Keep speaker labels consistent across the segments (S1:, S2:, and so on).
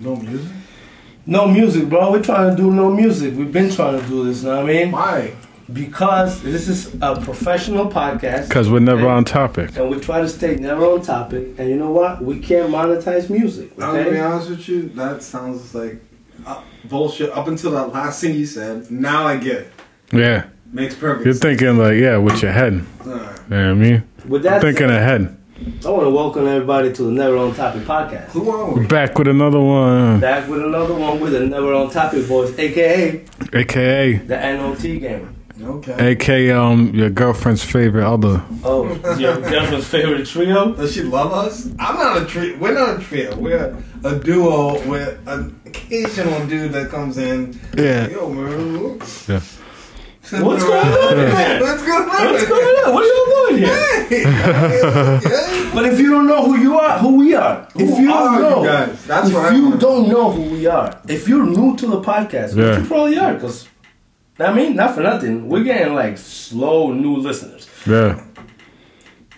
S1: No music?
S2: No music, bro. We're trying to do no music. We've been trying to do this, know what I mean?
S1: Why?
S2: Because this is a professional podcast.
S3: Because we're never on topic.
S2: And we try to stay never on topic. And you know what? We can't monetize music.
S1: I'm gonna be
S2: Okay?
S1: honest with you, that sounds like uh, bullshit up until that last thing you said. Now I get it.
S3: Yeah.
S1: Makes perfect
S3: You're
S1: sense.
S3: thinking, like, yeah, with your head. You
S1: Alright.
S3: know what I mean?
S2: With
S3: I'm
S2: that,
S3: thinking
S2: said,
S3: ahead.
S2: I want to welcome everybody to the Never on Topic podcast.
S1: Who are we?
S3: Back with another one.
S2: Back with another one with the Never on Topic boys, aka
S3: AKA.
S2: the NOT game.
S1: Okay.
S3: AKA, um, your girlfriend's favorite other.
S2: Oh, your girlfriend's favorite trio?
S1: Does she love us? I'm not a trio. We're not a trio. We're a duo with an occasional dude that comes in.
S3: Yeah.
S1: Yo, man. What's
S3: Yeah.
S2: What's going on in there?
S1: What's going on?
S2: What's going on? What are you doing here?
S1: on?
S2: But if you don't know who you are, who we are, if you
S1: are
S2: don't
S1: you
S2: know,
S1: guys? That's
S2: if
S1: what I
S2: you
S1: wanna
S2: don't know who we are, if you're new to the podcast,
S3: Yeah.
S2: which you probably are, because I mean, not for nothing, we're getting like slow new listeners,
S3: Yeah.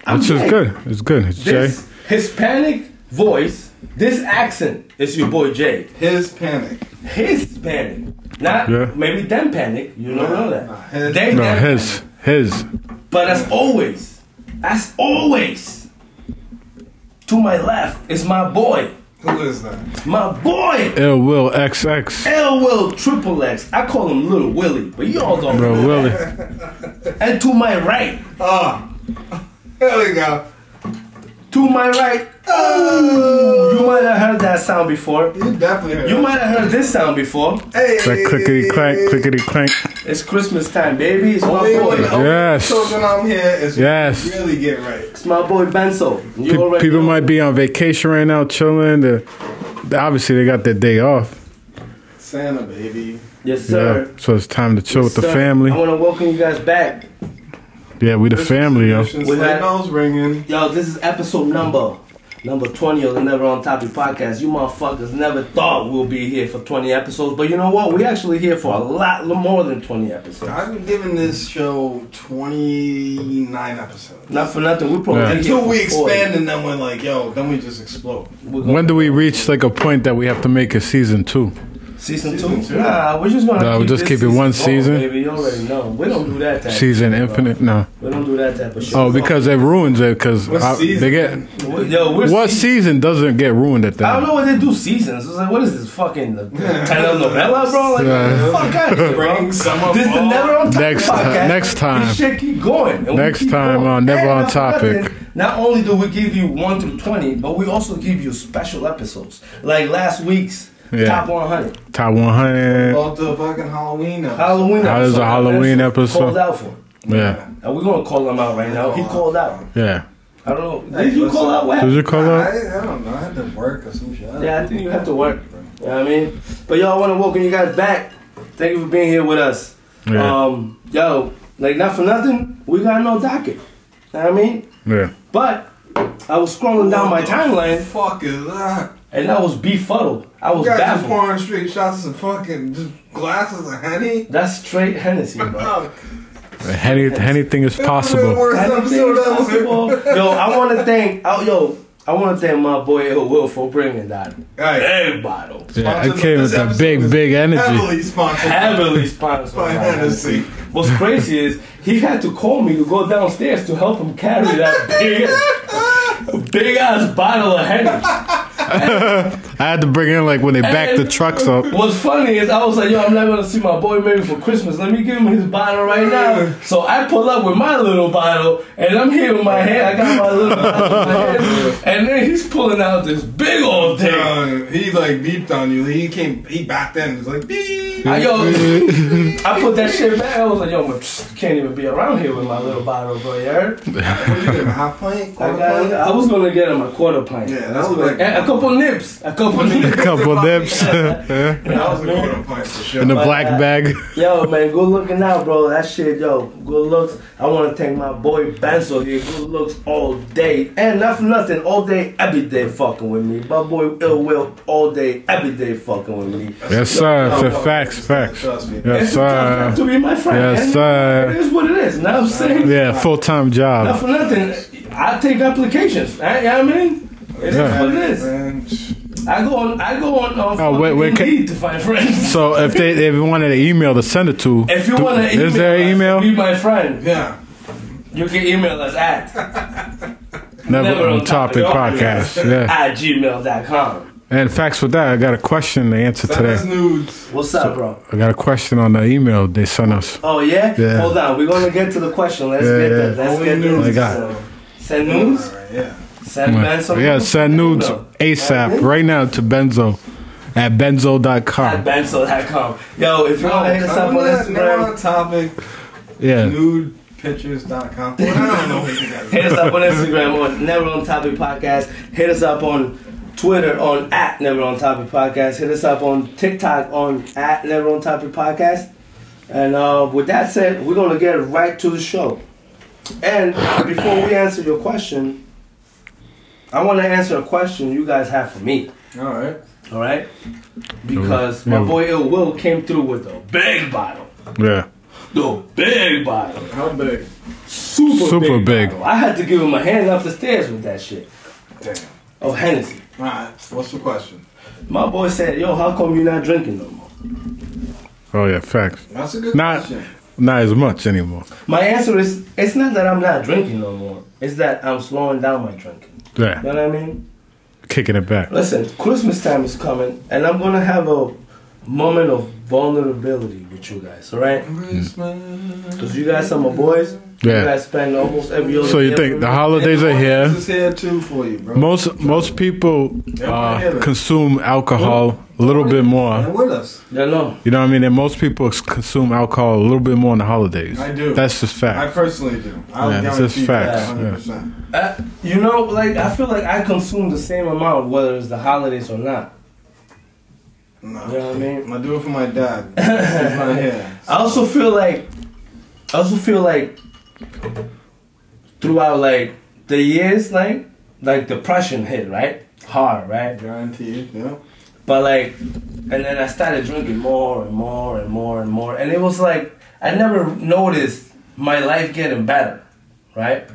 S2: I'm
S3: Which is
S2: Jay.
S3: good. It's good. It's Jay.
S2: This Hispanic voice, this accent is your boy Jay.
S1: His panic.
S2: His panic, not
S3: Yeah.
S2: maybe them panic. You don't know
S1: Nah,
S2: that.
S1: his-
S2: They
S3: No,
S2: them
S3: his. His.
S2: But as always, as always, to my left is my boy,
S1: Who is that?
S2: my boy,
S3: Ill Will XX.
S2: L Will Triple X. I call him Little Willie, but y'all don't
S3: Bro,
S2: know.
S3: Willie.
S2: And to my right,
S1: Ah. There we go. Ah.
S2: to my right, oh, you might have heard that sound before.
S1: You definitely heard
S2: You
S1: that.
S2: might have heard this sound before.
S1: Hey.
S3: Like clickety clank, clickety clank.
S2: It's Christmas time, baby. It's my
S1: Only when the
S2: boy.
S1: only
S3: Yes.
S1: children I'm here is
S3: Yes.
S1: really get right.
S2: It's my boy Benzo. You
S3: Pe-
S2: already
S3: people
S2: know.
S3: might be on vacation right now, chilling. They're, they- obviously, they got their day off.
S1: Santa, baby.
S2: Yes,
S3: Yeah.
S2: sir.
S3: So it's time to chill with the
S2: Sir,
S3: family.
S2: I want to welcome you guys back.
S3: Yeah, we the family, yo.
S1: Since
S2: With
S1: that
S2: that-
S1: nose ringing.
S2: Yo, this is episode number number 20 of the Never On Topic podcast. You motherfuckers never thought we'll be here for 20 episodes, but you know what? we actually here for a lot more than 20 episodes.
S1: I've been giving this show 29 episodes.
S2: Not for nothing, we probably
S3: Yeah.
S2: been here
S1: Until we
S2: for 40.
S1: expand and then we're like, yo, then we just explode.
S2: We're gonna-
S3: When do we reach like a point that we have to make a season two?
S2: season,
S1: Season
S2: two?
S1: two.
S2: Nah, we're just gonna
S3: Nah, we'll just
S2: this
S3: keep it one
S2: going,
S3: season.
S2: baby. You already know. We don't do that type.
S3: Season
S2: of shit, bro.
S3: infinite? No.
S2: We don't do that type of shit.
S3: Oh, because it ruins it. Because
S1: What season?
S3: they get
S2: We- yo, we're
S3: what
S2: season-
S3: season doesn't get ruined at
S2: I
S3: that?
S2: don't know what they do seasons. It's like, what is this fucking the, the telenovela, bro? Like,
S3: Yeah.
S2: fuck out of here, bro.
S1: Bring some of
S2: This the
S1: all-
S2: Never on Topic
S3: Next ti-
S2: podcast.
S3: next time.
S2: This shit keep going. and we
S3: Next
S2: keep
S3: time on Never
S2: And
S3: on
S2: not for
S3: Topic.
S2: nothing, Not only do we give you one through twenty, but we also give you special episodes like last week's
S3: Yeah.
S2: top one hundred
S3: Top 100.
S1: About the fucking Halloween episode.
S2: Halloween.
S3: How does a Halloween
S2: man,
S3: episode-
S2: called out for?
S3: Yeah,
S2: And we're gonna call him out right now. He called out.
S3: yeah.
S2: I don't know.
S1: Hey,
S2: Did you
S1: listen.
S2: call out? What
S3: Did
S2: happened?
S3: you call
S1: I,
S3: that?
S1: I don't know. I had to work or some shit. I
S2: Yeah, I think you have to work. You know what I mean? But y'all want to welcome you guys back. Thank you for being here with us.
S3: Yeah.
S2: Um, yo, like not for nothing, we got no docket. You know what I mean?
S3: Yeah.
S2: But I was scrolling down my
S1: What the
S2: timeline
S1: Fuck is that?
S2: and I was befuddled. I was
S1: You guys just
S2: baffled.
S1: pouring straight shots of fucking just glasses of honey?
S2: That's straight Hennessy, bro.
S1: Fuck.
S3: Any, anything is
S1: This is the
S3: possible.
S1: worst
S2: Anything
S1: episode
S2: is
S1: ever.
S2: possible. yo, I want to thank, oh, yo, I want to thank my boy Ill Will for bringing that
S1: Hey,
S2: big bottle,
S3: Yeah, I
S1: sponsored-
S3: came
S1: this
S3: with a
S1: episode
S3: big,
S1: is
S3: big energy.
S1: heavily sponsored
S2: heavily sponsored
S1: by
S2: by Hennessy.
S1: Hennessy.
S2: What's crazy is he had to call me to go downstairs to help him carry that big, big ass bottle of Henny.
S3: I had to bring in like when they back the trucks up.
S2: What's funny is I was like, yo, I'm not gonna see my boy maybe for Christmas. Let me give him his bottle right now. So I pull up with my little bottle, and I'm here with my hand. I got my little bottle in my hand, and then he's pulling out this big old thing.
S1: Uh, he like beeped on you. He came. He backed in. He's like beep.
S2: I, yo, I put that shit back. I was like, yo, but psh, can't even be around here with my little bottle, bro. You heard?
S1: What do you get, a half pint?
S2: I,
S1: Quarter
S2: got,
S1: pint?
S2: I was gonna get him a quarter pint.
S1: Yeah, that was like
S2: A a couple nips, a couple
S3: A
S2: nips.
S3: couple dips. Yeah.
S1: that was a quarter pint for sure.
S3: In the black bag.
S2: Yo, man, good looking out, bro. That shit, yo, good looks. I want to thank my boy Benzo here. Good looks all day, and not for nothing, all day, every day, fucking with me. My boy Ill Will, all day, every day, fucking with me.
S3: Yes, sir. Fa- facts, facts.
S1: Oh, Trust me.
S3: Yes,
S2: It's a tough
S3: sir.
S2: life to be my friend.
S3: Yes,
S2: and
S3: sir.
S2: It is what it is. Know what I'm saying?
S3: Yeah, full time
S2: Not
S3: job.
S2: Eh, for nothing, I take applications. I, I mean, it is
S3: Yeah.
S2: what it is.
S1: Man,
S2: I go on. I go on. Um,
S3: Oh, wait, wait, can-
S2: Indeed to find friends.
S3: So if they if you wanted an email to send it to,
S2: If you want to email,
S3: is there an
S2: us, Be
S3: email?
S2: my friend.
S1: Yeah.
S2: You can email us at
S3: Never on topic podcast. Yeah.
S2: at gmail.com.
S3: And facts with that, I got a question to answer
S1: Send
S3: today.
S1: us nudes.
S2: What's up, bro?
S3: I got a question on the email they sent us.
S2: Oh yeah?
S3: Yeah.
S2: Hold on, we're gonna get to the question. Let's
S3: Yeah,
S2: get that.
S3: yeah.
S2: Let's
S1: Only
S2: get
S1: news.
S2: this.
S3: I got-
S2: So, send news.
S1: Alright, yeah.
S2: Send Ben some.
S3: Yeah,
S2: news?
S3: send nudes
S2: No.
S3: ASAP right now to Benzo at
S2: At
S3: benzo.com.
S2: benzo.com. Yo, if you
S1: No,
S2: wanna hit us up on
S1: I'm not- not on
S2: Instagram,
S1: topic.
S3: Yeah.
S1: Nudepictures.com. Well, I don't know what you guys
S2: hit us up on Instagram on Never on Topic Podcast. Hit us up on Twitter on at Never on Topic Podcast. Hit us up on TikTok on at Never on Topic Podcast. And uh, with that said, we're gonna get right to the show. And before we answer your question, I want to answer a question you guys have for me.
S1: All right.
S2: All right, because my
S3: Yeah.
S2: boy Ill Will came through with a big bottle,
S3: Yeah.
S2: the big bottle,
S1: How big?
S2: super,
S3: Super
S2: big.
S3: big.
S2: bottle. I had to give him a hand up the stairs with that shit.
S1: Damn.
S2: Oh Hennessy,
S1: All right. What's the question?
S2: my boy said, "Yo, how come you not drinking no more?"
S3: Oh yeah, facts.
S1: That's a good
S3: Not-
S1: question.
S3: Not as much anymore.
S2: My answer is, it's not that I'm not drinking no more. It's that I'm slowing down my drinking. You
S3: Yeah.
S2: know what I mean?
S3: Kicking it back.
S2: Listen, Christmas time is coming, and I'm gonna have a moment of vulnerability with you guys. All right?
S1: Christmas.
S2: Because you guys are my boys.
S3: Yeah.
S2: You guys spend almost every other
S3: So you
S2: day
S3: think
S2: with
S3: the
S2: me.
S3: holidays are here?
S1: This is here too for you, bro.
S3: Most most people uh, consume alcohol a little bit
S1: And
S3: more.
S1: with us.
S2: Yeah, no.
S3: You know what I mean? And most people consume alcohol a little bit more on the holidays.
S1: I do.
S3: That's just
S1: I
S3: fact.
S1: personally do. I'll
S3: Yeah, it's
S1: guarantee
S3: just facts,
S1: that 100%.
S2: Uh, you know, like I feel like I consume the same amount whether it's the holidays or not.
S1: No.
S2: You know what I mean?
S1: I do it for my dad. He's not here.
S2: I also feel like I also feel like throughout like the years like like depression hit, right? Hard, right?
S1: Guarantee it. Yeah.
S2: But like and then I started drinking more and more and more and more and it was like I never noticed my life getting better, right?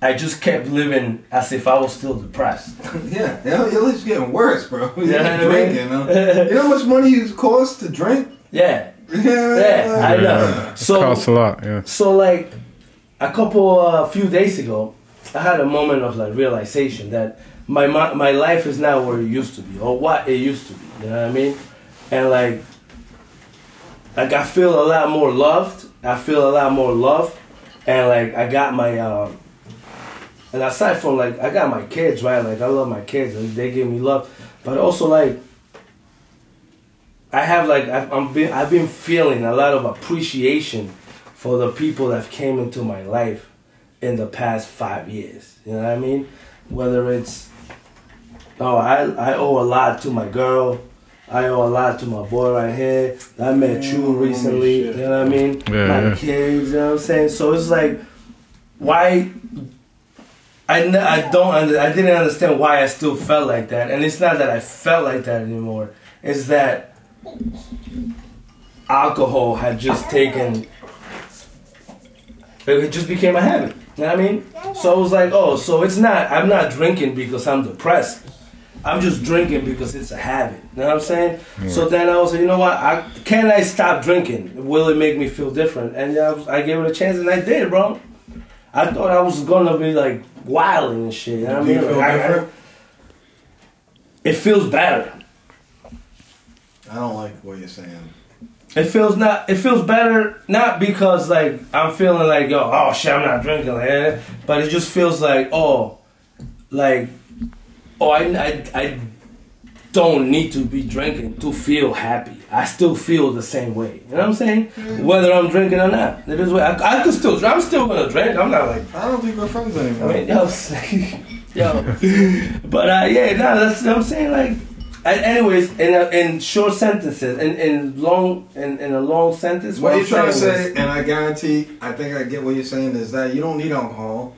S2: I just kept living as if I was still depressed.
S1: Yeah, yeah, at least getting worse, bro. You
S2: Yeah,
S1: yeah,
S2: I mean.
S1: drinking. huh? you know how much money it costs to drink?
S2: Yeah.
S1: Yeah,
S2: Yeah, I know.
S3: Yeah.
S2: So
S3: Costs a lot. Yeah.
S2: So like a couple a few days ago, I had a moment of like realization that my my, my life is not where it used to be or what it used to be. You know what I mean? And like like I feel a lot more loved. I feel a lot more love, and like I got my um. And aside from like I got my kids right, like I love my kids and they give me love, but also like I have like I've, I'm been I've been feeling a lot of appreciation for the people that came into my life in the past five years. You know what I mean? Whether it's oh I I owe a lot to my girl, I owe a lot to my boy right here. I met you
S1: Mm,
S2: recently.
S1: shit.
S2: You know what I mean?
S3: Yeah,
S2: my
S3: yeah.
S2: kids. You know what I'm saying? So it's like why. I, n- I don't under- I didn't understand why I still felt like that, and it's not that I felt like that anymore. It's that alcohol had just taken it just became a habit you know what i mean so i was like oh so it's not i'm not drinking because i'm depressed i'm just drinking because it's a habit you know what i'm saying so then i was like you know what I, can i stop drinking will it make me feel different and I, was, I gave it a chance and i did bro i thought i was gonna be like wild and shit you know what i
S1: Do
S2: mean
S1: you feel
S2: Like, I-
S1: different?
S2: it feels better
S1: I don't like what you're saying.
S2: It feels not. It feels better not because like I'm feeling like yo, oh shit, I'm not drinking, like, eh, but it just feels like oh, like oh, I, I I don't need to be drinking to feel happy. I still feel the same way. You know what I'm saying? Whether I'm drinking or not, it is. what- I, I can still. I'm still gonna drink. I'm not like
S1: I don't think we're friends
S2: I
S1: anymore.
S2: mean, yo, it's like- yo. but uh, yeah, no, that's what I'm saying. Like, I, anyways, in a, in short sentences, in in long in, in a long sentence.
S1: what
S2: I'm
S1: you're trying to
S2: saying
S1: say, and I guarantee, I think I get what you're saying, is that you don't need alcohol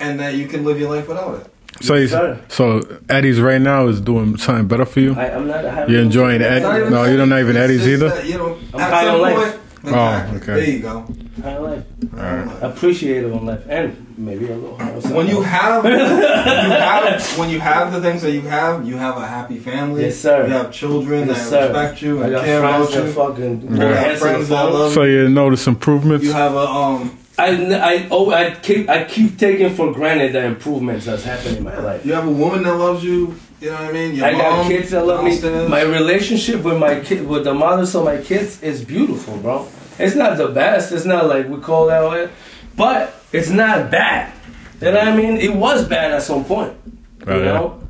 S1: and that you can live your life without it.
S3: So you,
S2: sir.
S3: so Eddie's right now is doing something better for you.
S2: was, I, I'm not. I haven't-
S3: You're enjoying Ed-
S1: Not even
S3: No,
S1: that.
S3: you're not even
S1: It's
S3: Eddie's
S1: just
S3: either?
S1: that, you know,
S2: I'm
S1: at
S2: high
S1: some
S2: on
S1: point,
S2: life.
S1: Exactly.
S3: okay.
S1: There you go.
S2: Higher life.
S1: Alright.
S2: Appreciative on life. And maybe a little hard.
S1: When you have, you have, when you have the things that you have, you have a happy family.
S2: Yes, sir.
S1: You have children
S2: Yes,
S1: that
S2: sir.
S1: respect you
S2: I
S1: and
S2: got
S1: care
S2: friends
S1: about you.
S2: that fucking
S1: You have
S2: answer the
S1: friends that
S2: phone.
S1: love
S3: So
S1: you.
S3: you notice improvements.
S1: You have a um,
S2: I, n- I, oh, I keep I keep taking for granted the improvements that's happened in my life.
S1: you have a woman that loves you. You know what I mean? Your
S2: I got
S1: mom
S2: kids that love me.
S1: downstairs.
S2: My relationship with my kid, with the mothers of my kids, is beautiful, bro. It's not the best. It's not like we call that, way, but it's not bad. You know what I mean? It was bad at some point, you
S3: Right.
S2: know,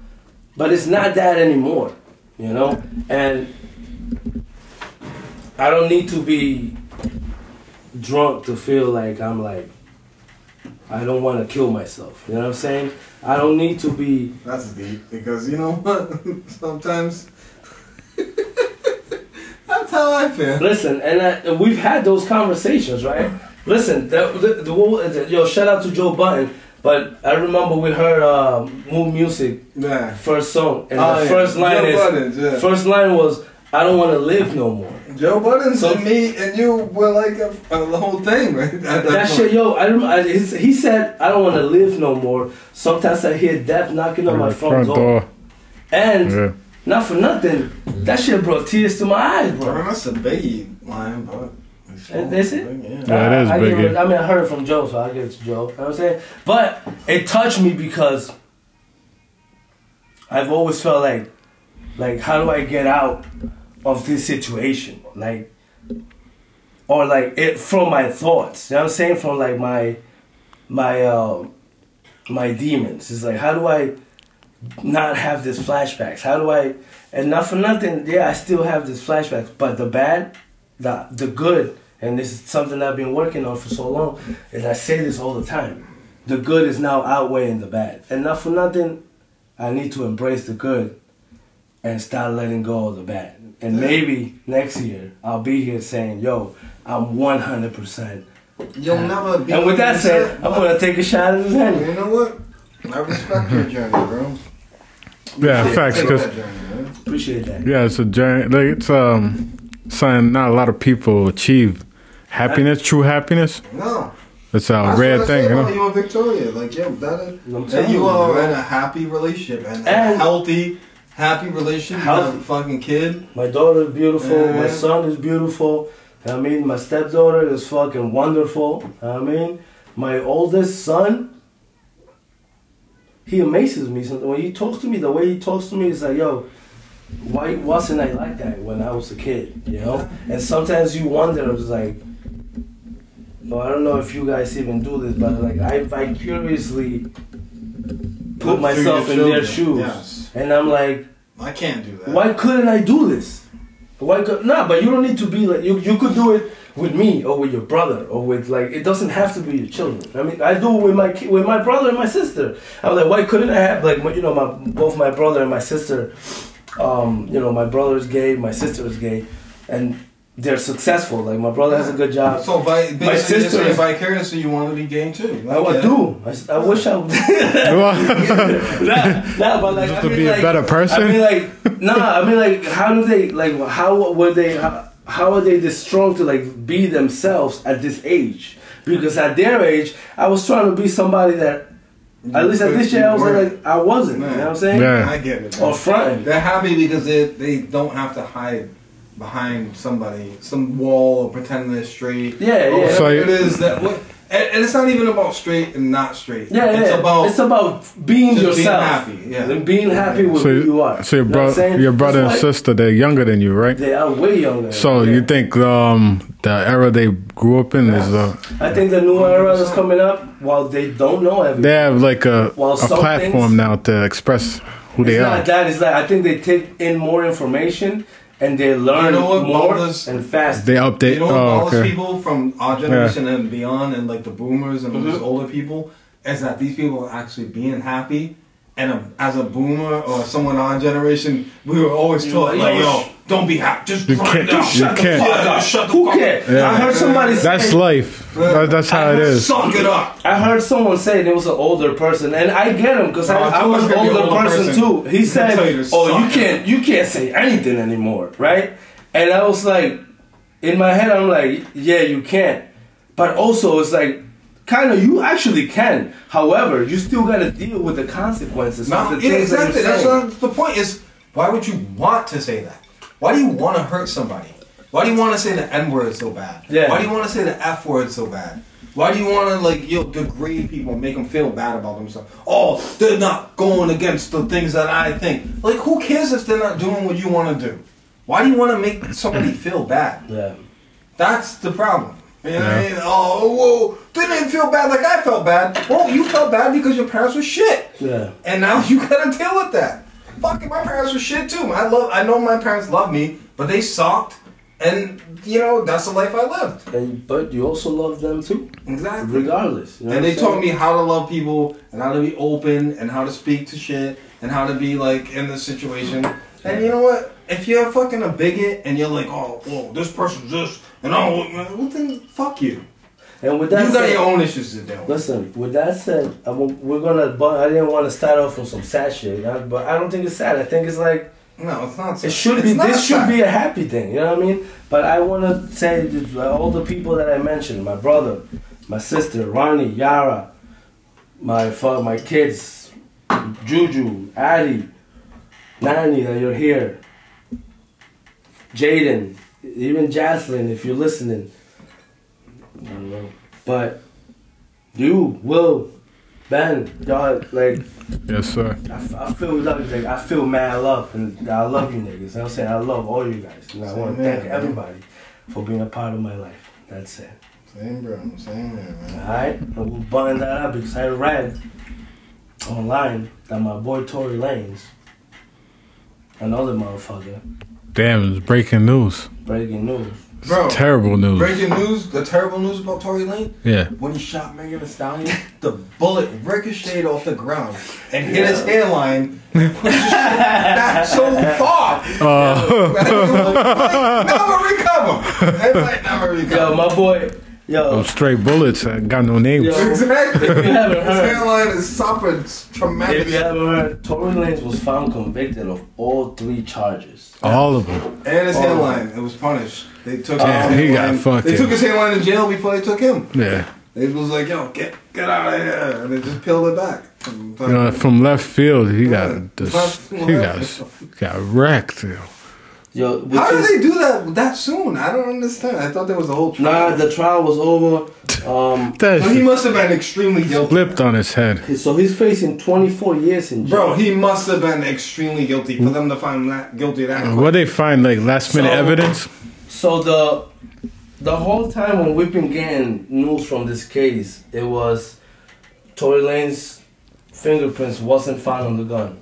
S2: but it's not that anymore. You know, and I don't need to be drunk to feel like I'm like I don't want to kill myself. You know what I'm saying? I don't need to be
S1: That's deep because you know what? Sometimes that's how I feel.
S2: Listen, and I, we've had those conversations, right? Listen, the, the, the, what was it? yo, shout out to Joe Button. But I remember we heard uh, Moon Music
S1: Yeah.
S2: first song, and
S1: Oh,
S2: the
S1: yeah.
S2: first line
S1: Joe
S2: is
S1: Budden's, yeah.
S2: first line was I don't want to live no more.
S1: Joe Budden
S2: So-
S1: and me and you were like a, a whole thing, right? At that,
S2: That
S1: point.
S2: shit, yo, I, rem- I he, he said I don't want to live no more. Sometimes I hear death knocking on my front,
S3: front
S2: door.
S3: door.
S2: and
S3: Yeah.
S2: not for nothing, that shit brought tears to my eyes,
S1: Bro,
S2: bro.
S1: that's a biggie line, bro. It's so
S2: That's it?
S1: big, Yeah.
S3: Yeah, it is
S2: I, I give
S3: Biggie.
S2: it- I mean, I heard it from Joe, so I give it to Joe. You know what I'm saying? But it touched me because I've always felt like, like, how do I get out of this situation? Like, or like it from my thoughts. You know what I'm saying? From like my, my, uh, my demons. It's like, how do I not have these flashbacks? How do I? And not for nothing, yeah, I still have these flashbacks, but the bad, the the good, and this is something I've been working on for so long, is I say this all the time. The good is now outweighing the bad, and not for nothing, I need to embrace the good, and start letting go of the bad. And maybe next year I'll be here saying, "Yo, I'm 100 percent."
S1: You'll never be.
S2: And with that said, I'm gonna take a shot at his hand.
S1: You know what? I respect your journey, bro.
S3: Yeah, facts.
S1: Take
S3: 'cause-
S1: that journey, man.
S2: Appreciate that.
S3: yeah, it's a journey. Like it's um, something not a lot of people achieve. Happiness, true happiness.
S1: No.
S3: It's a
S1: That's
S3: rare
S1: what I
S3: thing,
S1: say
S3: you
S1: about
S3: know.
S1: You and Victoria, like yo, that is,
S2: I'm
S1: and
S2: telling
S1: you
S2: you,
S1: are
S2: bro.
S1: in a happy relationship and, a
S2: And-
S1: healthy, happy relationship. You have
S2: Healthy.
S1: a fucking kid.
S2: My daughter is beautiful. My
S1: Yeah.
S2: son is beautiful. I mean, my stepdaughter is fucking wonderful. I mean, my oldest son, he amazes me. So When he talks to me, the way he talks to me is like, yo, why wasn't I like that when I was a kid? You know? And sometimes you wonder, it's like, no, I don't know if you guys even do this, but like, I, I curiously
S1: Look
S2: put
S1: through
S2: myself in
S1: your
S2: their shoes.
S1: children. Yes.
S2: And I'm like,
S1: I can't do that.
S2: why couldn't I do this? Why could nah? But you don't need to be like you. You could do it with me or with your brother or with like it doesn't have to be your children. I mean, I do it with my ki- with my brother and my sister. I'm like, why couldn't I have like my, you know my both my brother and my sister? Um, you know, my brother is gay, my sister is gay, and they're successful. Like my brother has a good job.
S1: So vi- basically,
S2: sister
S1: you're saying
S2: is-
S1: vicariously, you want to be gay too.
S2: I would
S1: get it.
S2: do. I, s- I wish I would. nah, nah, but like,
S3: Just
S2: I
S3: to
S2: mean,
S3: be a
S2: like,
S3: better person?
S2: I mean, like, nah, I mean, like, how do they, like, how were they, how, how are they this strong to, like, be themselves at this age? Because at their age, I was trying to be somebody that, at least at this year, I was like, Oh, I wasn't. You know what I'm saying?
S3: Yeah.
S1: I get it.
S2: Or fronting.
S1: They're happy because they they don't have to hide behind somebody, some wall, or pretend they're straight.
S2: Yeah,
S1: or
S2: yeah.
S1: whatever
S3: So-
S1: it is that. What, and, and it's not even about straight and not straight.
S2: Yeah,
S1: it's
S2: yeah.
S1: about.
S2: it's about being
S1: just being
S2: yourself
S1: happy, yeah.
S2: and being happy with
S3: So,
S2: who you are.
S3: so your,
S2: You know what
S3: bro-
S2: I'm saying?
S3: your brother and
S2: That's why
S3: sister, they're younger than you, right?
S2: They are way younger.
S3: So
S2: Yeah.
S3: you think um, the era they grew up in is uh,
S2: I think the new era that's coming up, while they don't know everything,
S3: they have like a
S2: Well,
S3: a
S2: some
S3: platform
S2: things-
S3: now to express who
S2: It's
S3: they
S2: not
S3: are.
S2: that. It's like I think they take in more information and they learn
S1: know what
S2: more
S1: bothers-
S2: and faster.
S3: They update.
S1: you know,
S3: oh,
S1: all these
S3: okay.
S1: people from our generation and beyond, and like the boomers and those older people, is that these people are actually being happy. And a, as a boomer or someone our generation, we were always taught like,
S2: yo,
S1: "Yo, don't be happy, just
S3: You
S1: grind
S3: can't-
S1: out.
S3: you can't.
S1: Fuck up, shut the
S2: Who
S1: fuck up."
S2: cares?
S3: Yeah.
S2: I heard somebody.
S3: That's
S2: say,
S3: life. That, that's how
S2: I
S3: it
S2: have
S3: is.
S1: Suck it up.
S2: I heard someone say it was an older person, and I get him because
S1: No,
S2: I, I was
S1: it's
S2: an
S1: gonna be an
S2: older
S1: older
S2: person,
S1: person.
S2: too. He
S1: He'll
S2: said,
S1: tell you to
S2: "Oh,
S1: suck
S2: you
S1: it
S2: can't, you can't say anything anymore, right?" And I was like, in my head, I'm like, yeah, you can't. But also, it's like, kind of, you actually can. However, you still gotta deal with the consequences.
S1: Not,
S2: of the
S1: yeah,
S2: things that
S1: exactly.
S2: you're
S1: That's
S2: saying.
S1: not the point. Is why would you want to say that? Why do you want to hurt somebody? Why do you want to say the N word so bad?
S2: Yeah.
S1: Why do you want to say the F word so bad? Why do you want to like you know, degrade people, and make them feel bad about themselves? Oh, they're not going against the things that I think. Like, who cares if they're not doing what you want to do? Why do you want to make somebody feel bad?
S2: Yeah.
S1: That's the problem. You know what I
S3: Yeah.
S1: mean? Oh, whoa. They didn't feel bad like I felt bad. Well, you felt bad because your parents were shit.
S2: Yeah.
S1: And now you gotta deal with that. Fucking my parents were shit too. I love I know my parents love me, but they sucked. And you know, that's the life I lived.
S2: And, but you also love them too,
S1: Exactly.
S2: regardless. you know
S1: And
S2: what
S1: they
S2: I'm saying?
S1: taught me how to love people and how to be open and how to speak to shit and how to be like in the situation. And you know what? If you're fucking a bigot and you're like, oh, whoa, this person's this, and "Oh, I don't, well, then fuck you.
S2: And with that
S1: you got
S2: said-
S1: your own issues to deal with.
S2: Listen, with that said, i we're gonna. bu- I didn't want to start off with some sad shit, I- but I don't think it's sad. I think it's like
S1: No, it's not.
S2: it should
S1: it's
S2: be.
S1: not
S2: This should
S1: sad.
S2: be a happy thing. You know what I mean? But I want to say that all the people that I mentioned: my brother, my sister, Ronnie, Yara, my fa- my kids, Juju, Addy, Nani, that you're here, Jaden, even Jaslyn, if you're listening. I don't know, but you, Will, Ben, y'all like.
S3: Yes, sir.
S2: I, f- I feel love, like, I feel mad love, and I love you niggas. You know what I'm saying I love all you guys, and I
S1: Same
S2: want to
S1: here,
S2: thank
S1: man.
S2: everybody for being a part of my life. That's it.
S1: Same, bro. Same, here, man.
S2: All right, and we'll button that up because I read online that my boy Tory Lanez, another motherfucker,
S3: Damn, it's breaking news.
S2: breaking news.
S1: Bro,
S3: Terrible news.
S1: breaking news, the terrible news about Tory Lane.
S3: yeah.
S1: When he shot Megan Thee Stallion, the bullet ricocheted off the ground and hit his hairline. Not so far.
S3: Uh,
S1: Like, never recover. They might never
S2: Yo,
S1: recover.
S2: my boy, yo,
S3: those straight bullets. I got no names.
S2: Yo.
S1: Exactly.
S2: If you haven't
S1: His
S2: heard-
S1: hairline has suffered
S2: if
S1: tremendous.
S2: you haven't heard, Tory Lanez was found convicted of all three charges.
S3: All of them.
S1: And his
S2: Oh.
S1: hairline, it was punished. They took
S3: Damn,
S1: his
S3: Oh, he got
S1: hairline-
S3: fucked
S1: They
S3: in.
S1: took his hairline to jail before they took him.
S3: Yeah.
S1: They was like, "Yo, get get out of here," and they just peeled it back. And,
S3: You know, from left field, he got
S1: Left
S3: this, he
S1: field.
S3: got got wrecked. Yo.
S2: Yo, which
S1: How
S2: is-
S1: did they do that that soon? I don't understand. I thought there was a whole trial.
S2: Nah, the trial was over. Um,
S1: so he
S3: That
S1: must have been extremely guilty.
S3: flipped on his head.
S2: so he's facing 24 years in jail.
S1: Bro, he must have been extremely guilty for them to find that guilty that
S2: Uh-huh.
S1: quick.
S3: What they find like last minute
S2: So-
S3: evidence?
S2: So the the whole time when we've been getting news from this case, it was Tory Lane's fingerprints wasn't found on the gun.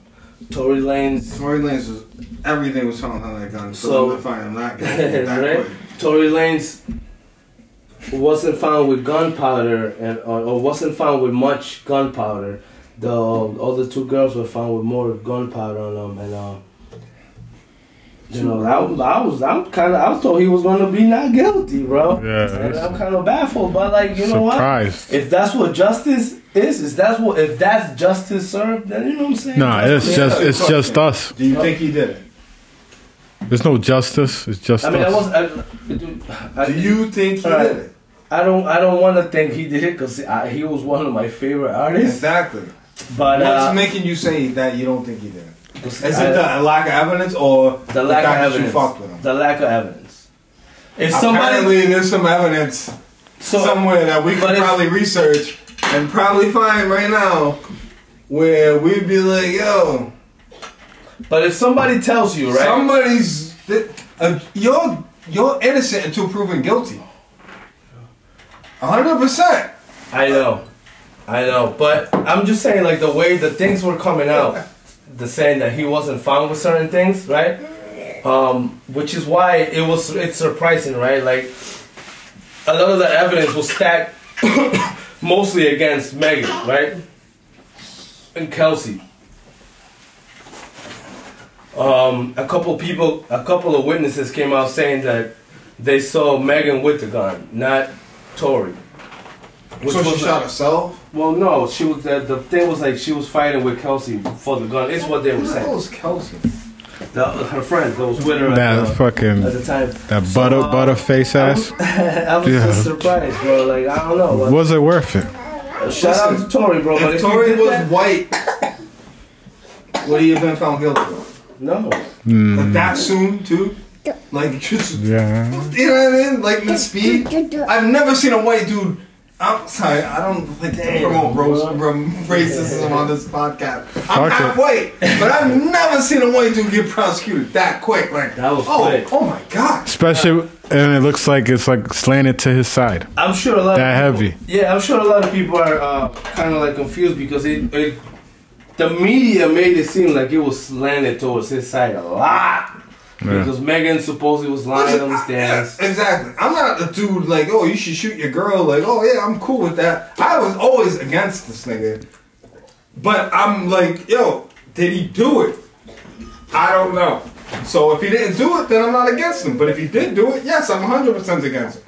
S2: Tory Lane's
S1: Tory Lanez was everything was found on that gun, so,
S2: So-
S1: them to find him that guilty that
S2: right?
S1: quick.
S2: Tory Lane's wasn't found with gunpowder and or, or wasn't found with much gunpowder. The other two girls were found with more gunpowder on them, and uh, you know, I, was- I was I'm kind of I thought he was gonna be not guilty, bro.
S3: Yeah,
S2: and
S3: that's-
S2: I'm kind of baffled, but like you know what?
S3: Surprised.
S2: If that's what justice is, is that's what if that's justice served, then you know what I'm saying?
S3: Nah, it's just it's just us.
S1: Do you think he did it?
S3: There's no justice. It's just
S2: I mean, I
S3: us.
S2: was. I, dude, I,
S1: Do you think he
S2: Alright.
S1: did it?
S2: I don't. I don't want to think he did it because he was one of my favorite artists.
S1: Exactly.
S2: But uh,
S1: What's making you say that you don't think he did it?
S2: is
S1: Is it the lack of evidence or
S2: the lack
S1: fact
S2: of
S1: that you
S2: evidence?
S1: fucked with him?
S2: The lack of evidence. If somebody,
S1: Apparently, there's some evidence
S2: so
S1: somewhere that we
S2: but
S1: could
S2: if-
S1: probably research and probably find right now where we'd be like, yo,
S2: but if somebody tells you, right?
S1: somebody's th- uh, you're you're innocent until proven guilty. hundred percent.
S2: I know, I know. But I'm just saying, like the way the things were coming out, the saying that he wasn't found with certain things, right? Um, which is why it was it's surprising, right? Like a lot of the evidence was stacked mostly against Megan, right? And Kelsey. Um, a couple people, a couple of witnesses came out saying that they saw Megan with the gun, not Tori. Which
S1: So she
S2: was-
S1: shot herself.
S2: well, no, she was the, the thing was like she was fighting with Kelsey for the gun. It's what they were
S1: Who the hell
S2: saying.
S1: is Kelsey?
S2: the, her friend that was with her
S3: That
S2: at, the,
S3: fucking
S2: at the time.
S3: that
S2: So,
S3: butter
S2: uh,
S3: butter face
S2: I
S3: ass.
S2: was, I was
S3: Yeah.
S2: just surprised, bro. Like I don't know. Like,
S3: Was it worth it?
S2: Shout out to Tory, bro. But
S1: If
S2: if you
S1: Tory
S2: did
S1: was
S2: that-
S1: white, would he have been found guilty?
S2: no,
S1: Like that
S2: Mm.
S1: soon too? Like just
S3: Yeah.
S1: you know what I mean? Like Miss Speed. I've never seen a white dude. I'm sorry, I don't like to promote roast, rum- racism on this podcast. I'm
S3: Fuck
S1: half
S3: it.
S1: white, but I've never seen a white dude get prosecuted that quick. Like
S2: That was
S1: oh,
S2: quick.
S1: oh my god.
S3: Especially and it looks like it's like slanted to his side.
S2: I'm sure a lot.
S3: That
S2: of people,
S3: heavy.
S2: Yeah, I'm sure a lot of people are uh, kind of like confused because it, it, the media made it seem like it was slanted towards his side a lot.
S3: Yeah.
S2: Because Megan supposedly was lying on the stands.
S1: Yeah, exactly. I'm not a dude like, oh, you should shoot your girl. Like, oh yeah, I'm cool with that. I was always against this nigga, but I'm like, yo, did he do it? I don't know. So if he didn't do it, then I'm not against him. But if he did do it, yes, I'm 100 percent against him.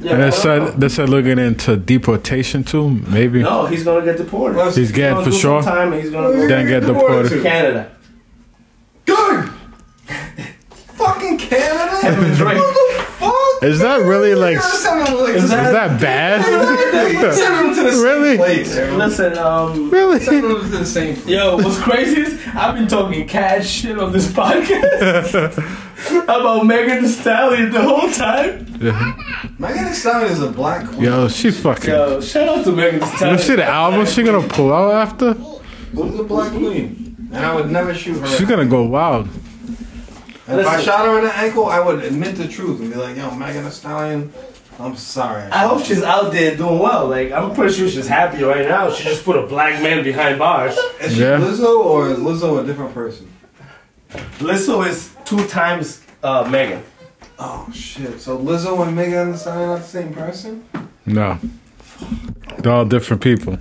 S2: Yeah,
S3: And they
S2: I don't know.
S3: said they said looking into deportation too, maybe.
S2: no, he's gonna get deported.
S1: Let's-
S3: He's
S2: He's
S3: getting
S2: gonna
S3: for
S2: do some
S3: sure.
S2: Time and he's gonna go
S3: Then get deported.
S2: to Canada.
S1: Good. Fucking Canada.
S2: Drake.
S1: What the fuck?
S3: Is that really like
S1: You gotta
S3: is
S1: send him, like,
S2: Is that-
S3: that bad?
S1: send him to the same
S3: Really?
S1: place.
S2: Listen, um,
S1: Send
S3: really?
S1: him to the same place.
S2: yo, what's crazy is I've been talking cat shit on this podcast about Megan Thee Stallion the whole time.
S1: Megan Thee Stallion is a black queen.
S3: Yo, she fucking
S2: Yo, shout out to Megan Thee Stallion.
S3: You see the album she gonna pull out after?
S1: Who's a black queen? And I would never shoot her.
S3: She's gonna go wild.
S1: And if I
S2: Listen.
S1: shot her in the ankle, I would admit the truth and be like, yo, Megan Thee Stallion, I'm sorry.
S2: I hope she's out there doing well. Like I'm pretty sure she's happy right now. She just put a black man behind bars.
S1: Is she
S3: Yeah.
S1: Lizzo or is Lizzo a different person?
S2: Lizzo is two times uh, Megan.
S1: Oh, shit. So Lizzo and Megan Thee Stallion are the same person?
S3: No. They're all different people.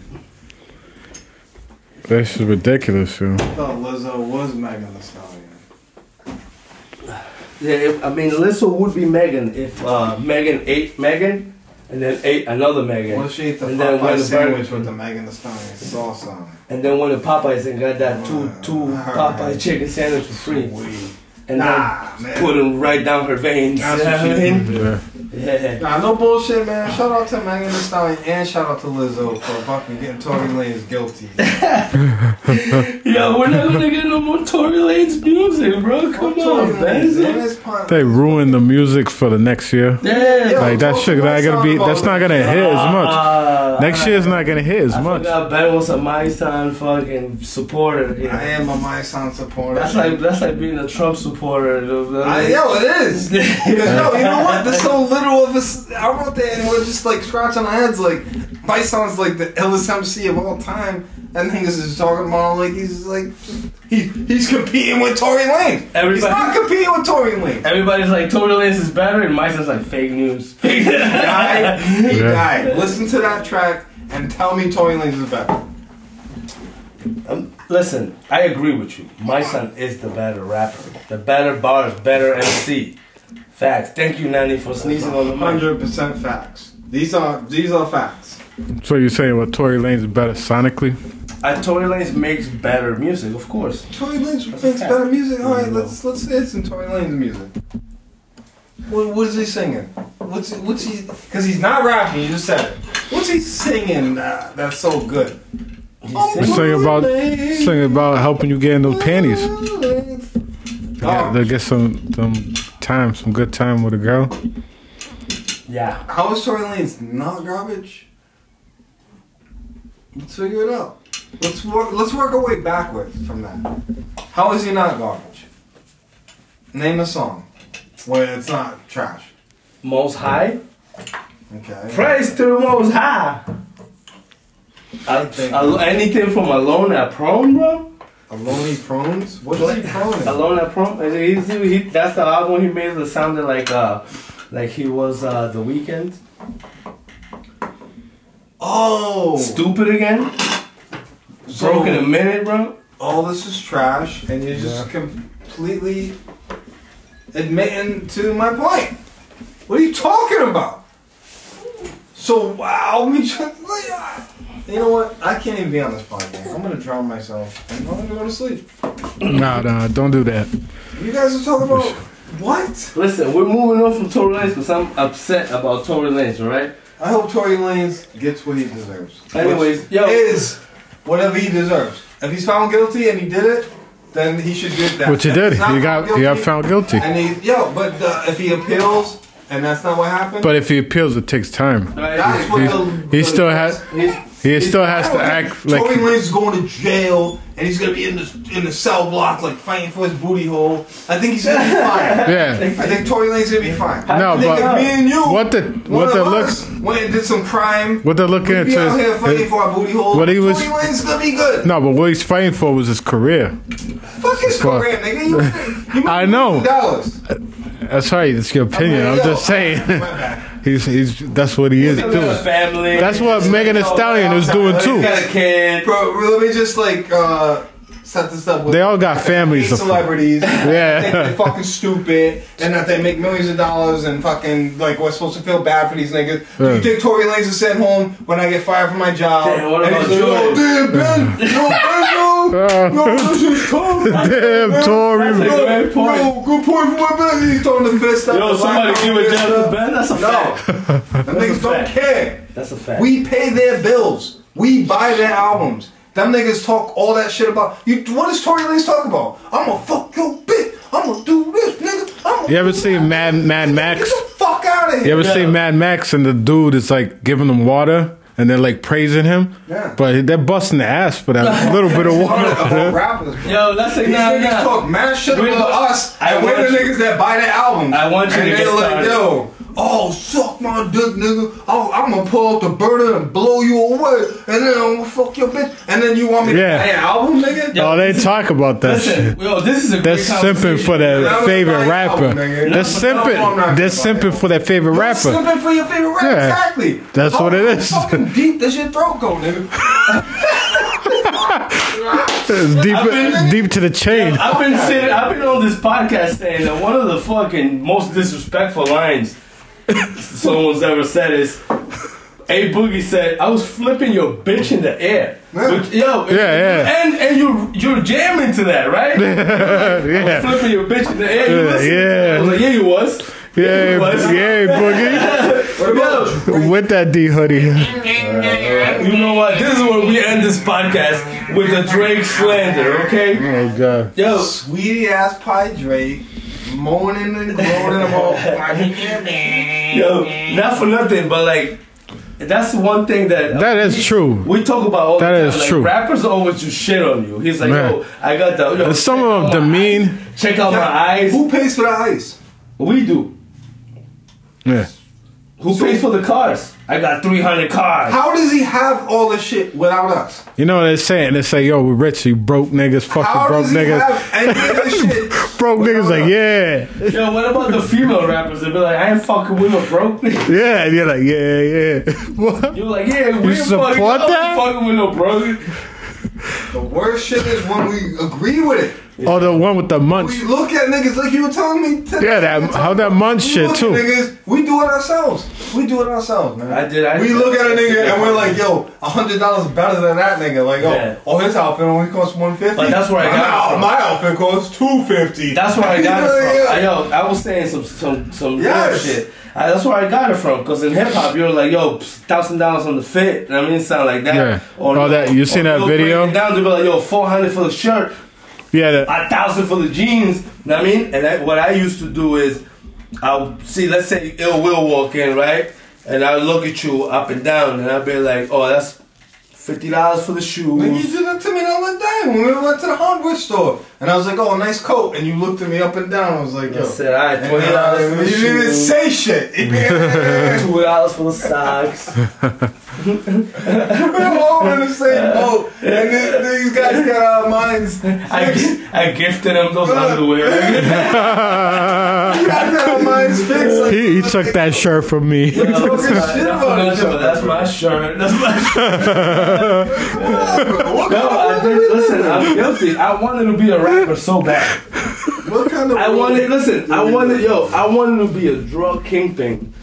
S3: This is ridiculous, yo.
S1: I thought Lizzo was Megan Thee Stallion.
S2: Yeah, if, I mean Lizzo would be Megan if uh, Megan ate Megan and then ate another Megan.
S1: What if she ate the
S2: And then
S1: Popeye
S2: when the
S1: sandwich
S2: burger-
S1: with the Megan Thee Stallion sauce on
S2: And then went to Popeyes and got that
S1: Uh-huh.
S2: two two Popeye chicken sandwich for
S1: it?
S2: free.
S1: Weed.
S2: And then
S1: Nah, man.
S2: put him right down her veins.
S1: That's
S2: You know
S1: what
S2: what I
S1: she-
S2: mean?
S3: Yeah.
S2: Yeah.
S1: Nah, no bullshit, man. Shout out to Megan Thee Stallion and shout out to Lizzo for fucking getting Tory Lanez guilty.
S2: Yo, we're not gonna get no more Tory Lanez music, bro. Come
S1: Tory
S2: on, man.
S1: Lanez, man, it's pun-
S3: They ruined the music for the next year.
S2: Yeah.
S1: Yo,
S3: Like that
S1: talk
S3: shit not
S1: about
S3: gonna be
S1: something
S3: that's
S1: about
S3: not gonna hit as much.
S2: Uh,
S3: Next year's not gonna hit as
S2: I
S3: much.
S2: forgot Ben was a my son fucking supporter. you know.
S1: I am a My Son supporter.
S2: That's like that's like being a Trump supporter. you know.
S1: I, yo, it is. Because, yo, you know what? There's so little of us. I wrote that and we're just like scratching our heads. Like, My Son's like the illest MC of all time. And niggas is talking about him like he's like. He, he's competing with Tory Lane. He's
S2: Everybody-
S1: not competing with Tory Lane.
S2: Everybody's like Tory Lanez is better, and my son's like fake news. Fake
S1: died. He
S3: Yeah.
S1: died. Listen to that track and tell me Tory Lanez is better.
S2: Um, listen, I agree with you. My son is the better rapper, the better bars, better MC. Facts. Thank you, Nanny, for sneezing on the mic.
S1: Hundred percent facts. These are these are facts.
S3: So you're saying what Tory Lane's better sonically?
S2: Uh, Tory Lanez makes better music, of course.
S1: Tory Lanez
S2: That's a
S1: makes
S2: fact.
S1: better music. All right,
S2: No.
S1: let's let's hit some Tory Lanez music. What, what is he singing? What's what's he? Because he's not rapping. You just said it. What's he singing uh, that's so good?
S2: He's
S1: Oh,
S2: singing.
S3: Sing about sing about helping you get in those panties. Yeah,
S1: Oh,
S3: they'll get some some time, some good time with a girl.
S2: Yeah.
S1: how is Tory Lanez not garbage? Let's figure it out. Let's work. Let's work our way backwards from that. How is he not garbage? Name a song where it's not trash.
S2: Most high.
S1: Okay.
S2: Praise to the Most High. I,
S1: Thank
S2: I-
S1: you.
S2: anything from Alone at Prom, bro?
S1: Aloni Prones? What is he proning?
S2: Alone at Prom. is it- is it- he- that's the album he made that sounded like uh, like he was uh, The Weeknd.
S1: Oh!
S2: Stupid again.
S1: So-
S2: Broken a minute, bro.
S1: all this is trash, and you're just completely admitting to my point. What are you talking about? So, wow, we just. You know what? I can't even be on this podcast. I'm gonna drown myself, and I'm gonna go to sleep.
S3: Nah, nah, don't do that.
S1: You guys are talking about what?
S2: Listen, we're moving on from Tory Lanez because I'm upset about Tory Lanez, alright?
S1: I hope Tory Lanez gets what he deserves.
S2: Anyways,
S1: Which
S2: yo.
S1: is whatever he deserves. If he's found guilty and he did it, then he should get that.
S3: What you
S1: If
S3: did,
S1: he's not
S3: you got you got found guilty.
S1: And he, yo, but uh, if he appeals and that's not what happened,
S3: But if he appeals, it takes time.
S2: Alright,
S1: that's what
S3: he's-
S1: the,
S3: he
S1: the-
S3: still has-
S2: he's-
S3: He still
S1: I
S3: has
S1: don't
S3: to
S1: think
S3: act like
S1: Tory Lanez is going to jail and he's gonna be in the in the cell block like fighting for his booty hole. I think he's gonna be fine.
S3: yeah.
S1: I think Tory Lanez gonna be fine.
S3: No,
S1: I think
S3: but
S1: if me and you,
S3: what the
S1: one
S3: what
S1: of
S3: the
S1: us
S3: looks
S1: went and did some crime.
S3: what they're looking
S1: We'd
S3: at
S1: be out here fighting
S3: is
S1: for our booty hole.
S3: What he was-
S1: Tory Lanez gonna be good.
S3: no, but what he's fighting for was his career.
S1: Fuck his
S3: Fuck.
S1: career, nigga. You, you
S3: I know.
S1: Dollars.
S3: That's right. It's your opinion. I'm
S1: yo,
S3: just
S1: I-
S3: saying.
S1: my bad.
S3: he's he's that's what he is
S2: he's got a
S3: doing.
S2: family.
S3: That's what Megan Thee Stallion is doing
S2: He's
S3: too.
S2: got a kid.
S1: Bro, let me just like uh, set this up. With
S3: They all got families.
S1: hate
S3: to fuck.
S1: celebrities.
S3: Yeah.
S1: think they're fucking stupid, and that they make millions of dollars, and fucking like we're supposed to feel bad for these niggas. Do
S3: Yeah.
S1: you think Tory Lanez is sent home when I get fired from my job?
S2: Damn, what
S1: and
S2: about
S1: he's like,
S2: Jordan?
S1: oh, damn, Ben, yo, Ben, yo, yo, this is tough.
S3: Damn,
S2: That's
S3: Tory.
S2: a
S1: Yo,
S2: great point.
S1: yo, good point for my Ben. He's throwing the fist up.
S2: Yo,
S1: the
S2: somebody
S1: black
S2: give
S1: fist
S2: a job
S1: up.
S2: to Ben. That's a
S1: No,
S2: fact.
S1: them niggas don't
S2: fact.
S1: care.
S2: That's a fact.
S1: We pay their bills. We buy their albums. Them niggas talk all that shit about you. What does Tory Lanez talk about? I'm gonna fuck your bitch. I'm gonna do this, nigga. I'm gonna
S3: You ever
S1: do
S3: seen
S1: that.
S3: Mad Mad
S1: Get
S3: Max?
S1: the fuck out of
S3: You
S1: here.
S3: ever
S2: Yeah.
S3: see Mad Max and the dude is like giving them water and they're like praising him?
S1: Yeah.
S3: But they're busting the ass for that little bit of
S1: Talking about
S3: water.
S1: rappers, bro.
S2: Yo, let's say
S1: These
S2: nah,
S1: niggas
S2: nah.
S1: talk mad shit
S2: We
S1: about
S2: want-
S1: us.
S2: I
S1: and we're
S2: want
S1: the
S2: you-
S1: niggas that buy the album.
S2: I want you
S1: and
S2: to
S1: they're
S2: get
S1: like,
S2: started.
S1: yo, oh, suck my dick, nigga. Oh, I'm gonna pull out the burner and blow you away. And then I'm gonna fuck your bitch. And then you want me
S3: Yeah.
S1: to buy an album, nigga?
S3: Oh, they talk about that shit.
S2: Listen, yo, this is a
S3: They're
S2: great conversation.
S3: simping for
S1: That
S3: their
S1: was
S3: favorite
S1: my
S3: rapper.
S1: album, nigga.
S3: They're
S1: That's my album,
S3: simping.
S1: I'm
S3: They're
S1: not gonna
S3: simping for their favorite rapper.
S1: Slipping for your favorite rapper,
S3: Yeah.
S1: exactly.
S3: That's
S1: How
S3: what it is.
S1: Fucking deep does your throat go, nigga? been-
S3: It's deep, deep to the chain.
S2: I've been sitting, I've been on this podcast saying that one of the fucking most disrespectful lines someone's ever said is A Boogie said, "I was flipping your bitch in the air." Which, yo, if-
S3: Yeah, yeah.
S2: and and you you're jamming to that, right?
S3: Yeah,
S2: Flipping your bitch in the air.
S3: Yeah,
S2: You listen.
S3: yeah.
S2: I was like, yeah, you was.
S3: yeah,
S2: you was.
S3: yeah,
S1: What about you?
S3: boogie. With that D hoodie.
S2: You know what? This is where we end this podcast with the Drake slander, okay?
S3: Oh god.
S2: Yo,
S1: sweetie ass pie Drake moaning and groaning about
S2: yo, not for nothing, but like, that's one thing that
S3: That is true.
S2: We talk about all
S3: That
S2: the time.
S3: is
S2: like,
S3: true.
S2: Rappers always just shit on you. He's like,
S3: Man.
S2: yo, I got the. Yo,
S3: And some
S2: check
S3: of
S2: out
S3: them
S2: my
S3: demean.
S2: eyes. Check out my eyes.
S1: Who pays for the ice?
S2: We do.
S3: Yeah.
S2: Who pays for the cars? I got 300 cars.
S1: How does he have all this shit without us?
S3: You know what they're saying? They say, yo, we're rich, you broke niggas, fucking
S1: How
S3: broke
S1: does he
S3: niggas.
S1: have any of this shit?
S3: Broke niggas
S1: without
S3: like,
S1: us?
S3: yeah.
S2: Yo, what about the female rappers? They be like, I ain't fucking with a broke nigga.
S3: Yeah, and you're like, yeah, yeah. What?
S2: You're like, yeah, we ain't
S3: support
S2: fucking, I
S3: that?
S2: ain't fucking with no broke.
S1: The worst shit is when we agree with it.
S3: Oh, the one with the
S1: We
S3: munch.
S1: look at niggas like you were telling me. today.
S3: Yeah, that how that munch
S1: We
S3: shit
S1: look at
S3: too.
S1: Niggas, we do it ourselves. We do it ourselves, man.
S2: I did- I
S1: we
S2: did.
S1: look at a nigga and we're like, yo, hundred dollars better than that nigga. Like, oh,
S2: Yeah.
S1: oh, his outfit only costs one fifty.
S2: Like, that's where I
S1: my,
S2: got it
S1: out-
S2: from.
S1: My outfit costs two fifty.
S2: That's where I got it
S1: Yeah,
S2: from.
S1: yeah.
S2: I, yo, I was saying some some some real
S1: Yes.
S2: shit. I, that's where I got it from. Cause in hip hop, you're like, yo, thousand dollars on the fit. And I mean, it sound like that.
S3: Yeah. Oh, that- you seen
S2: or
S3: that
S2: they'll
S3: video?
S2: break it Down to be like, yo, four hundred for the shirt,
S3: Yeah, that,
S2: a thousand for the jeans. Know what I mean, and that, what I used to do is, I'll see. Let's say Ill Will walk in, right? And I look at you up and down, and I'll be like, oh, that's fifty dollars for the
S1: When you
S2: shoes.
S1: did that to me the other day when we went to the hardware store, and I was like, "Oh, nice coat," and you looked at me up and down. I was like, "Yo."
S2: I said, all right,
S1: And
S2: twenty dollars for
S1: I-
S2: the
S1: you didn't even
S2: shoes.
S1: say shit.
S2: Two dollars for the socks.
S1: We're all in the same boat, and then these guys got our minds.
S2: I, gi- I gifted him those underwear.
S1: You guys got our minds fixed. Like,
S3: he, he took that shirt from me.
S2: That's my-
S1: Talking shit about each
S2: that's my-
S1: other.
S2: that's my shirt. That's my shirt.
S1: what,
S2: No,
S1: kind
S2: I
S1: of,
S2: did, listen, I'm guilty. I wanted to be a rapper so bad.
S1: what kind of?
S2: I wanted, listen, I wanted, yo, I wanted to be a drug kingpin.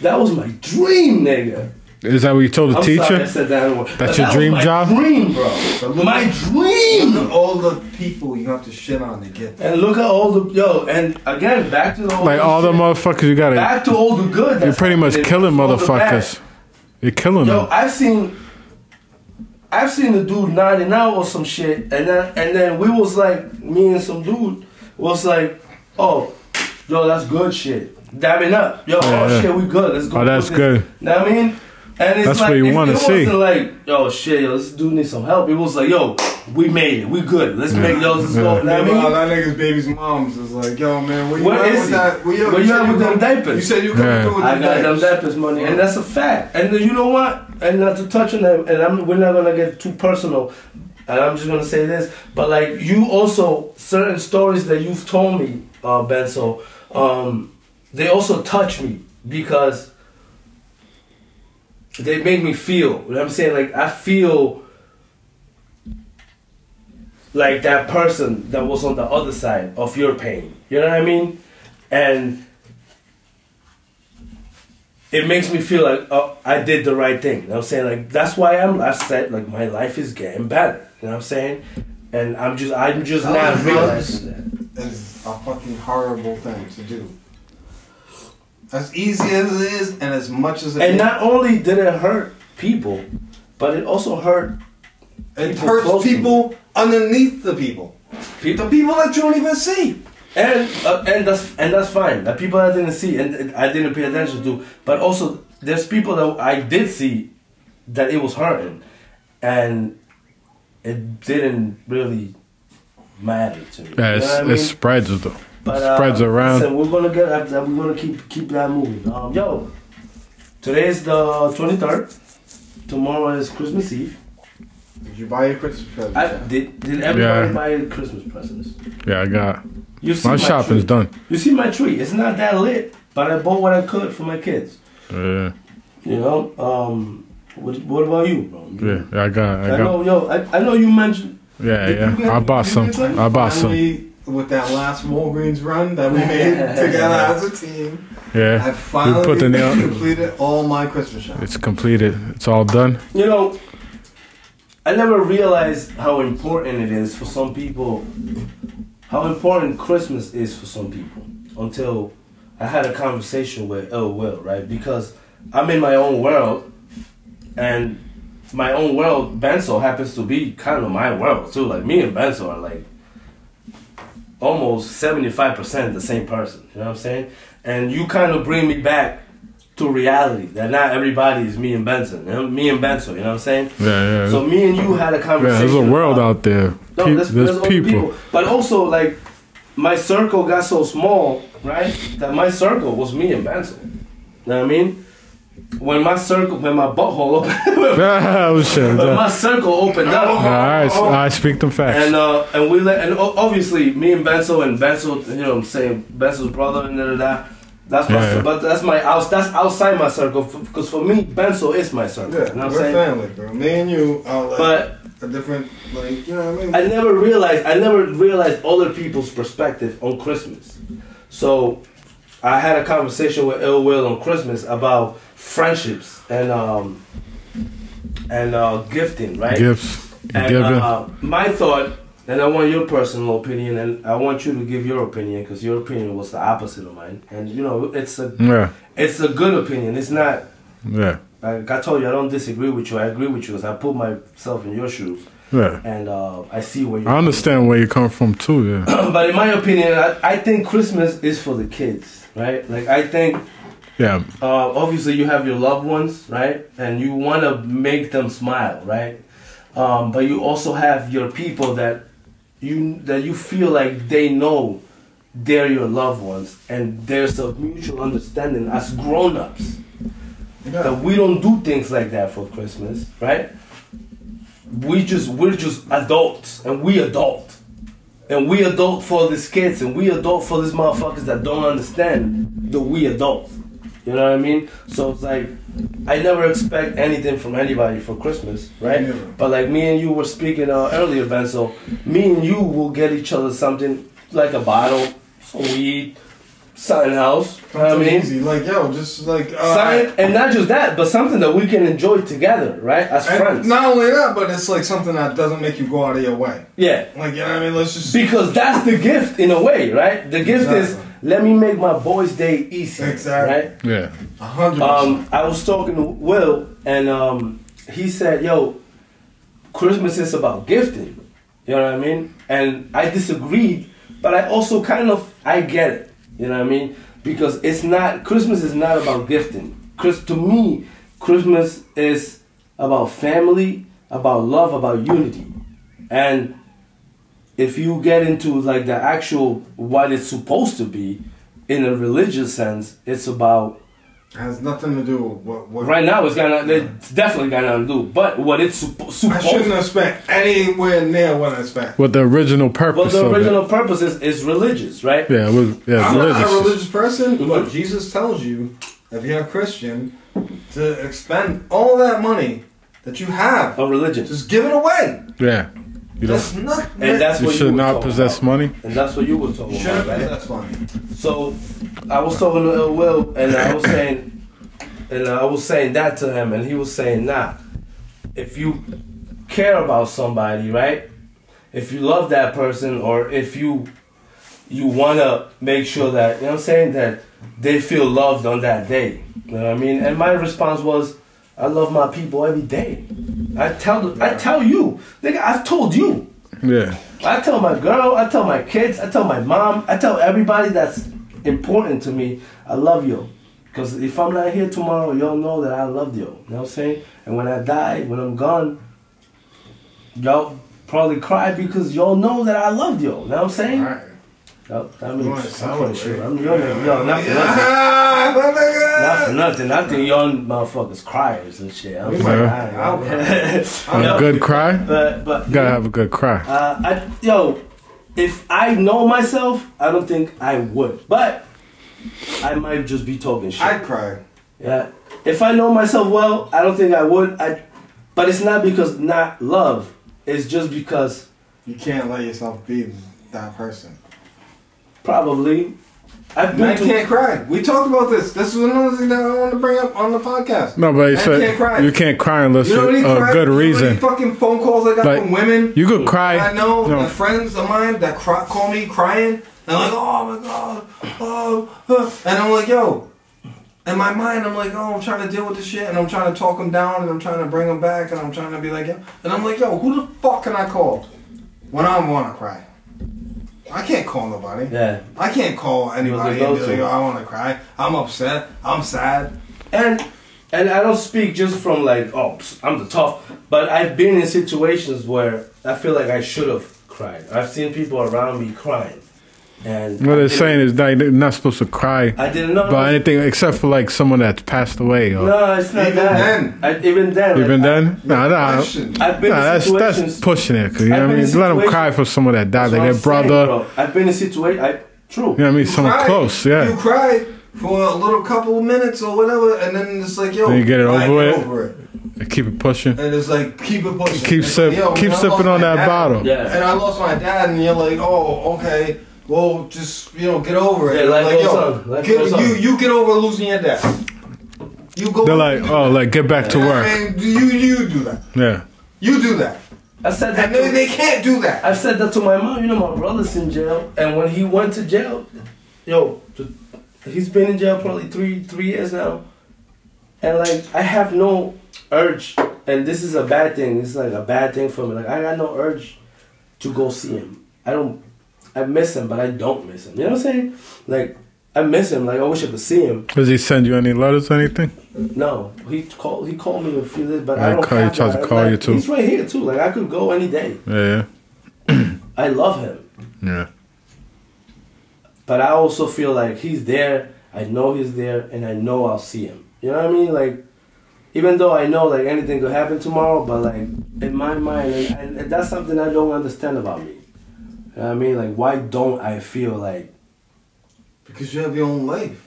S2: That was my dream, nigga.
S3: Is that what you told the
S2: I'm
S3: teacher?
S2: sorry I said that word.
S3: That's
S2: But
S3: your
S2: that was
S3: dream
S2: my
S3: job?
S2: Dream, bro.
S1: But look,
S2: My dream.
S1: look at all the people you have to shit on to get there.
S2: And look at all the yo, and again back to the whole
S3: like all the
S2: shit.
S3: motherfuckers you gotta.
S2: back to all the good.
S3: You're
S2: that's
S3: pretty much
S2: happening.
S3: killing
S2: All the bad.
S3: motherfuckers. You're killing
S2: Yo,
S3: them.
S2: I've seen, I've seen the dude nodding out or some shit, and then and then we was like, me and some dude was like, oh, yo, that's good shit. Dabbing up, yo,
S3: Yeah,
S2: oh
S3: yeah.
S2: shit, we good. Let's go.
S3: Oh,
S2: do
S3: that's
S2: this.
S3: good.
S2: Know what I mean? And it's
S3: That's
S2: like,
S3: what you
S2: if
S3: wanna
S2: it
S3: see.
S2: Wasn't like, yo, shit, yo, this dude needs some help. It was like, yo, we made it. We good. Let's make those. Let's go. Know
S3: Yeah.
S2: what I mean?
S1: Meanwhile, that nigga's baby's moms is like, yo, man, where you
S2: Where
S1: at
S2: is
S1: with
S2: he?
S1: that?
S2: Where you at
S1: said
S2: with them
S1: come-
S2: diapers?
S1: You said you coming
S3: Yeah.
S1: through with
S2: I
S1: them
S2: got them
S1: diapers.
S2: lepers money, and that's a fact. And then you know what? And not to touch on that, and I'm, we're not gonna get too personal. And I'm just gonna say this, but like you also certain stories that you've told me, uh, Benzo, um, they also touch me because they make me feel. You know what I'm saying, like I feel like that person that was on the other side of your pain. You know what I mean? And it makes me feel like oh, I did the right thing. You know what I'm saying? Like that's why I'm I said like my life is getting better. You know what I'm saying? And I'm just I'm just
S1: That
S2: not
S1: was
S2: realizing that.
S1: is a fucking horrible thing to do. As easy as it is, and as much as it
S2: And not only did it hurt people, but it also hurt
S1: it
S2: people
S1: hurts
S2: close to
S1: people underneath the people, the
S2: people
S1: people that you don't even see.
S2: and uh, and that's and that's fine. The people I didn't see and, and I didn't pay attention to, but also there's people that I did see that it was hurting, and it didn't really matter to me. You
S3: Yeah,
S2: know
S3: it's,
S2: what I
S3: it
S2: mean?
S3: spreads though.
S2: But,
S3: it spreads
S2: uh,
S3: around.
S2: Listen, we're gonna get after that. We're gonna keep keep that moving. Um, yo, today is the twenty third. Tomorrow is Christmas Eve.
S1: Did you buy your Christmas present?
S2: I, did did everybody
S3: Yeah.
S2: buy Christmas presents?
S3: Yeah, I got
S2: You see
S3: my shopping's
S2: tree.
S3: done.
S2: You see my tree. It's not that lit, but I bought what I could for my kids.
S3: Yeah,
S2: You know. Um, what, what about you, bro?
S3: yeah, I got, I
S2: I
S3: got.
S2: know, yo. I, I know you mentioned.
S3: Yeah,
S1: Did you
S3: yeah.
S1: get-
S3: I bought
S1: did you
S3: some.
S1: get them?
S3: I bought some.
S1: Finally, With that last Walgreens run that we made together as a team, I
S3: Yeah,
S1: finally
S3: put the nail-
S1: completed all my Christmas shopping.
S3: it's completed. It's all done.
S2: You know, I never realized how important it is for some people, how important Christmas is for some people until I had a conversation with Ill Will, right? Because I'm in my own world, and my own world, Benzo happens to be kind of my world too. Like, me and Benzo are like almost 75% the same person, you know what I'm saying? And you kind of bring me back to reality that not everybody is me and Benson, you know? me and Benzo, you know what I'm saying?
S3: Yeah, yeah.
S2: So me and you had a conversation.
S3: Yeah, there's a world
S2: about-
S3: out there.
S2: No,
S3: Pe-
S2: there's,
S3: there's
S2: there's people.
S3: people.
S2: people. But also, like, my circle got so small, right? That my circle was me and Benzo. You know what I mean? When my circle, when my butthole opened,
S3: Oh shit.
S2: when my
S3: All
S2: circle opened up, Oh,
S3: right, I speak them facts.
S2: and uh, and we let and o- obviously me and Benzo and Benzo, you know, what I'm saying Benzo's brother and da da da. That's my,
S3: Yeah, yeah.
S2: but that's my outs. That's outside my circle because for me, Benzo is my circle.
S1: Yeah,
S2: you know what
S1: we're
S2: I'm saying?
S1: family, bro. Me and you are like
S2: But
S1: a different, like you know what I mean.
S2: I never realized I never realized other people's perspective on Christmas. So I had a conversation with Ill Will on Christmas about friendships and um and uh, gifting, right?
S3: Gifts,
S2: And
S3: giving.
S2: uh, my thought, and I want your personal opinion, and I want you to give your opinion because your opinion was the opposite of mine. And you know, it's a
S3: Yeah,
S2: it's a good opinion. It's not
S3: yeah,
S2: like I told you. I don't disagree with you. I agree with you because I put myself in your shoes,
S3: yeah.
S2: and uh, I see where you.
S3: I understand where you come from too. Yeah.
S2: but in my opinion, I, I think Christmas is for the kids, right? Like I think
S3: Yeah,
S2: uh, obviously you have your loved ones, right? And you want to make them smile, right? Um, but you also have your people that you that you feel like they know they're your loved ones, and there's a mutual understanding as grown-ups
S1: yeah.
S2: that we don't do things like that for Christmas, right? We just we're just adults and we adult. And we adult for these kids and we adult for these motherfuckers that don't understand the we adult. You know what I mean? So it's like I never expect anything from anybody for Christmas, right?
S1: Never.
S2: But like me and you were speaking uh, earlier, Ben, so me and you will get each other something like a bottle, some weed, something else. You know what I
S1: It's
S2: mean,
S1: easy. Like yo, just like uh,
S2: Something- and not just that, but something that we can enjoy together, right? As
S1: and
S2: friends.
S1: Not only that, but it's like something that doesn't make you go out of your way.
S2: yeah.
S1: Like you know what I mean? Let's just
S2: Because that's the gift in a way, right? The gift is
S1: Exactly.
S2: let me make my boys' day easy.
S1: Exactly.
S2: Right?
S3: Yeah.
S1: a hundred. percent.
S2: Um, I was talking to Will, and um, he said, "Yo, Christmas is about gifting." You know what I mean? And I disagreed, but I also kind of I get it. You know what I mean? Because it's not Christmas is not about gifting. Chris, to me, Christmas is about family, about love, about unity, and if you get into like the actual what it's supposed to be in a religious sense, it's about
S1: It has nothing to do with what. what
S2: Right now, it's got to It's definitely got nothing to do. But what it's suppo-
S1: I shouldn't
S2: supposed,
S1: have spent anywhere near what I spent.
S3: What the original
S2: well,
S3: purpose
S2: the
S3: of
S2: original purpose is, is religious, right?
S3: it. Yeah, it was yeah,
S1: I'm not a
S3: religious.
S1: religious person, but Jesus tells you, if you're a Christian, to expend all that money that you have,
S2: A religion,
S1: just give it away.
S3: Yeah. You
S1: That's
S3: don't
S1: not.
S2: and that's
S3: you
S2: what
S3: should
S2: were
S3: not
S2: talking
S3: possess
S2: about.
S3: money.
S2: And that's what you were talking
S1: Should
S2: about.
S1: have
S2: Right?
S1: been. That's fine.
S2: So I was talking to Ill Will, and I was saying, and I was saying that to him, and he was saying, "Nah, if you care about somebody, right? If you love that person, or if you you wanna make sure that you know what I'm saying that they feel loved on that day. You know what I mean? And my response was, I love my people every day. I tell I tell you, nigga, I've told you."
S3: Yeah.
S2: I tell my girl, I tell my kids, I tell my mom, I tell everybody that's important to me, I love you. Because if I'm not here tomorrow, y'all know that I love you. You know what I'm saying? And when I die, when I'm gone, y'all probably cry because y'all know that I loved you. You know what I'm saying?
S1: All right.
S2: Yup,
S1: You
S2: that
S1: wanna
S2: means, I'm pretty
S1: celebrate.
S2: sure. I'm young, yo, not for nothing.
S1: Ah, my
S2: Not for
S1: nigga!
S2: nothing. I think y'all motherfuckers criers and shit. I'm
S1: We
S2: sorry.
S3: might-
S2: I don't
S1: I'm
S2: know.
S3: And
S2: Yup,
S3: a good cry?
S2: But, but,
S3: You gotta have a good cry.
S2: uh, I, yo, if I know myself, I don't think I would. But I might just be talking shit.
S1: I'd cry.
S2: yeah. If I know myself well, I don't think I would. I, but it's not because not love. It's just because
S1: You can't let yourself be that person.
S2: probably I've been
S1: Man
S2: to.
S1: can't cry. We talked about this. This was another thing that I wanted to bring up on the podcast.
S3: No, but you
S1: Man
S3: said
S1: can't cry.
S3: you can't cry unless
S1: You know
S3: you
S1: what he
S3: a
S1: cried?
S3: good
S1: You know what he
S3: reason.
S1: fucking phone calls I got
S3: Like,
S1: from women.
S3: You could cry.
S1: I know
S3: No.
S1: the friends of mine that cry, call me crying. And like, oh my god, oh, uh," and I'm like, yo. In my mind, I'm like, oh, I'm trying to deal with this shit, and I'm trying to talk them down, and I'm trying to bring them back, and I'm trying to be like, yo. and I'm like, yo, who the fuck can I call when I want to cry? I can't call nobody.
S2: Yeah.
S1: I can't call anybody and be
S2: go-to.
S1: like, yo, I want to cry. I'm upset. I'm sad.
S2: and and I don't speak just from like oh pss, I'm the tough, but I've been in situations where I feel like I should have cried. I've seen people around me crying, and
S3: What
S2: I
S3: they're
S2: didn't-
S3: saying is that you're not supposed to cry
S2: I didn't know.
S3: about anything except for like someone that's passed away or
S2: no, it's not
S1: Even
S2: that.
S1: then.
S2: I, even then,
S3: even
S2: like,
S3: then. No, no.
S1: Question.
S2: I, have been
S3: Nah,
S2: in
S3: that's that's
S2: situations.
S3: pushing it. 'cause you know
S2: I've
S3: what I
S2: been in
S3: mean? Let them
S2: situations-
S3: cry for someone that died,
S2: that's what
S3: like
S2: I'm
S3: their
S2: saying,
S3: brother.
S2: bro. I've been in situations. True.
S3: you know what I mean? Someone
S1: cried.
S3: close.
S1: You
S3: Yeah.
S1: cried for a little couple of minutes or whatever, and then it's like, yo,
S3: Then you get it
S1: I
S3: over with.
S1: over it.
S3: Keep it pushing.
S1: And it's like, keep it pushing.
S3: Keep
S1: It's
S3: sip,
S1: like, yo,
S3: keep
S1: man, I
S3: sipping
S1: lost
S3: on
S1: my
S3: that
S1: dad.
S3: bottle.
S2: Yeah.
S1: And I lost my dad, and you're like, oh, okay, well, just you know, get over it.
S2: Yeah,
S1: And I'm
S2: life
S1: like,
S2: goes
S1: yo,
S2: on. Life
S1: get-
S2: goes on.
S1: you you get over losing your dad. You go.
S3: They're like, oh, like get back to work.
S1: And you you do that.
S3: Yeah.
S1: You do that.
S2: I said that.
S1: And they,
S2: To,
S1: they can't do that.
S2: I've said that to my mom. You know, my brother's in jail, and when he went to jail, yo, th- he's been in jail probably three three years now, and like I have no urge, and this is a bad thing. This is like a bad thing for me. Like I got no urge to go see him. I don't. I miss him, but I don't miss him. You know what I'm saying? Like I miss him. Like I wish I could see him.
S3: Does he send you any letters or anything?
S2: No, he called. He called me a few days, but
S3: I
S2: I don't.
S3: call- he
S2: have
S3: tried
S2: that.
S3: to call
S2: Like,
S3: you too.
S2: He's right here too. Like I could go any day.
S3: Yeah.
S2: I love him.
S3: Yeah.
S2: But I also feel like he's there. I know he's there, and I know I'll see him. You know what I mean? Like, even though I know like anything could happen tomorrow, but like in my mind, and, and, and that's something I don't understand about me. You know what I mean? Like, why don't I feel like
S1: Because you have your own life.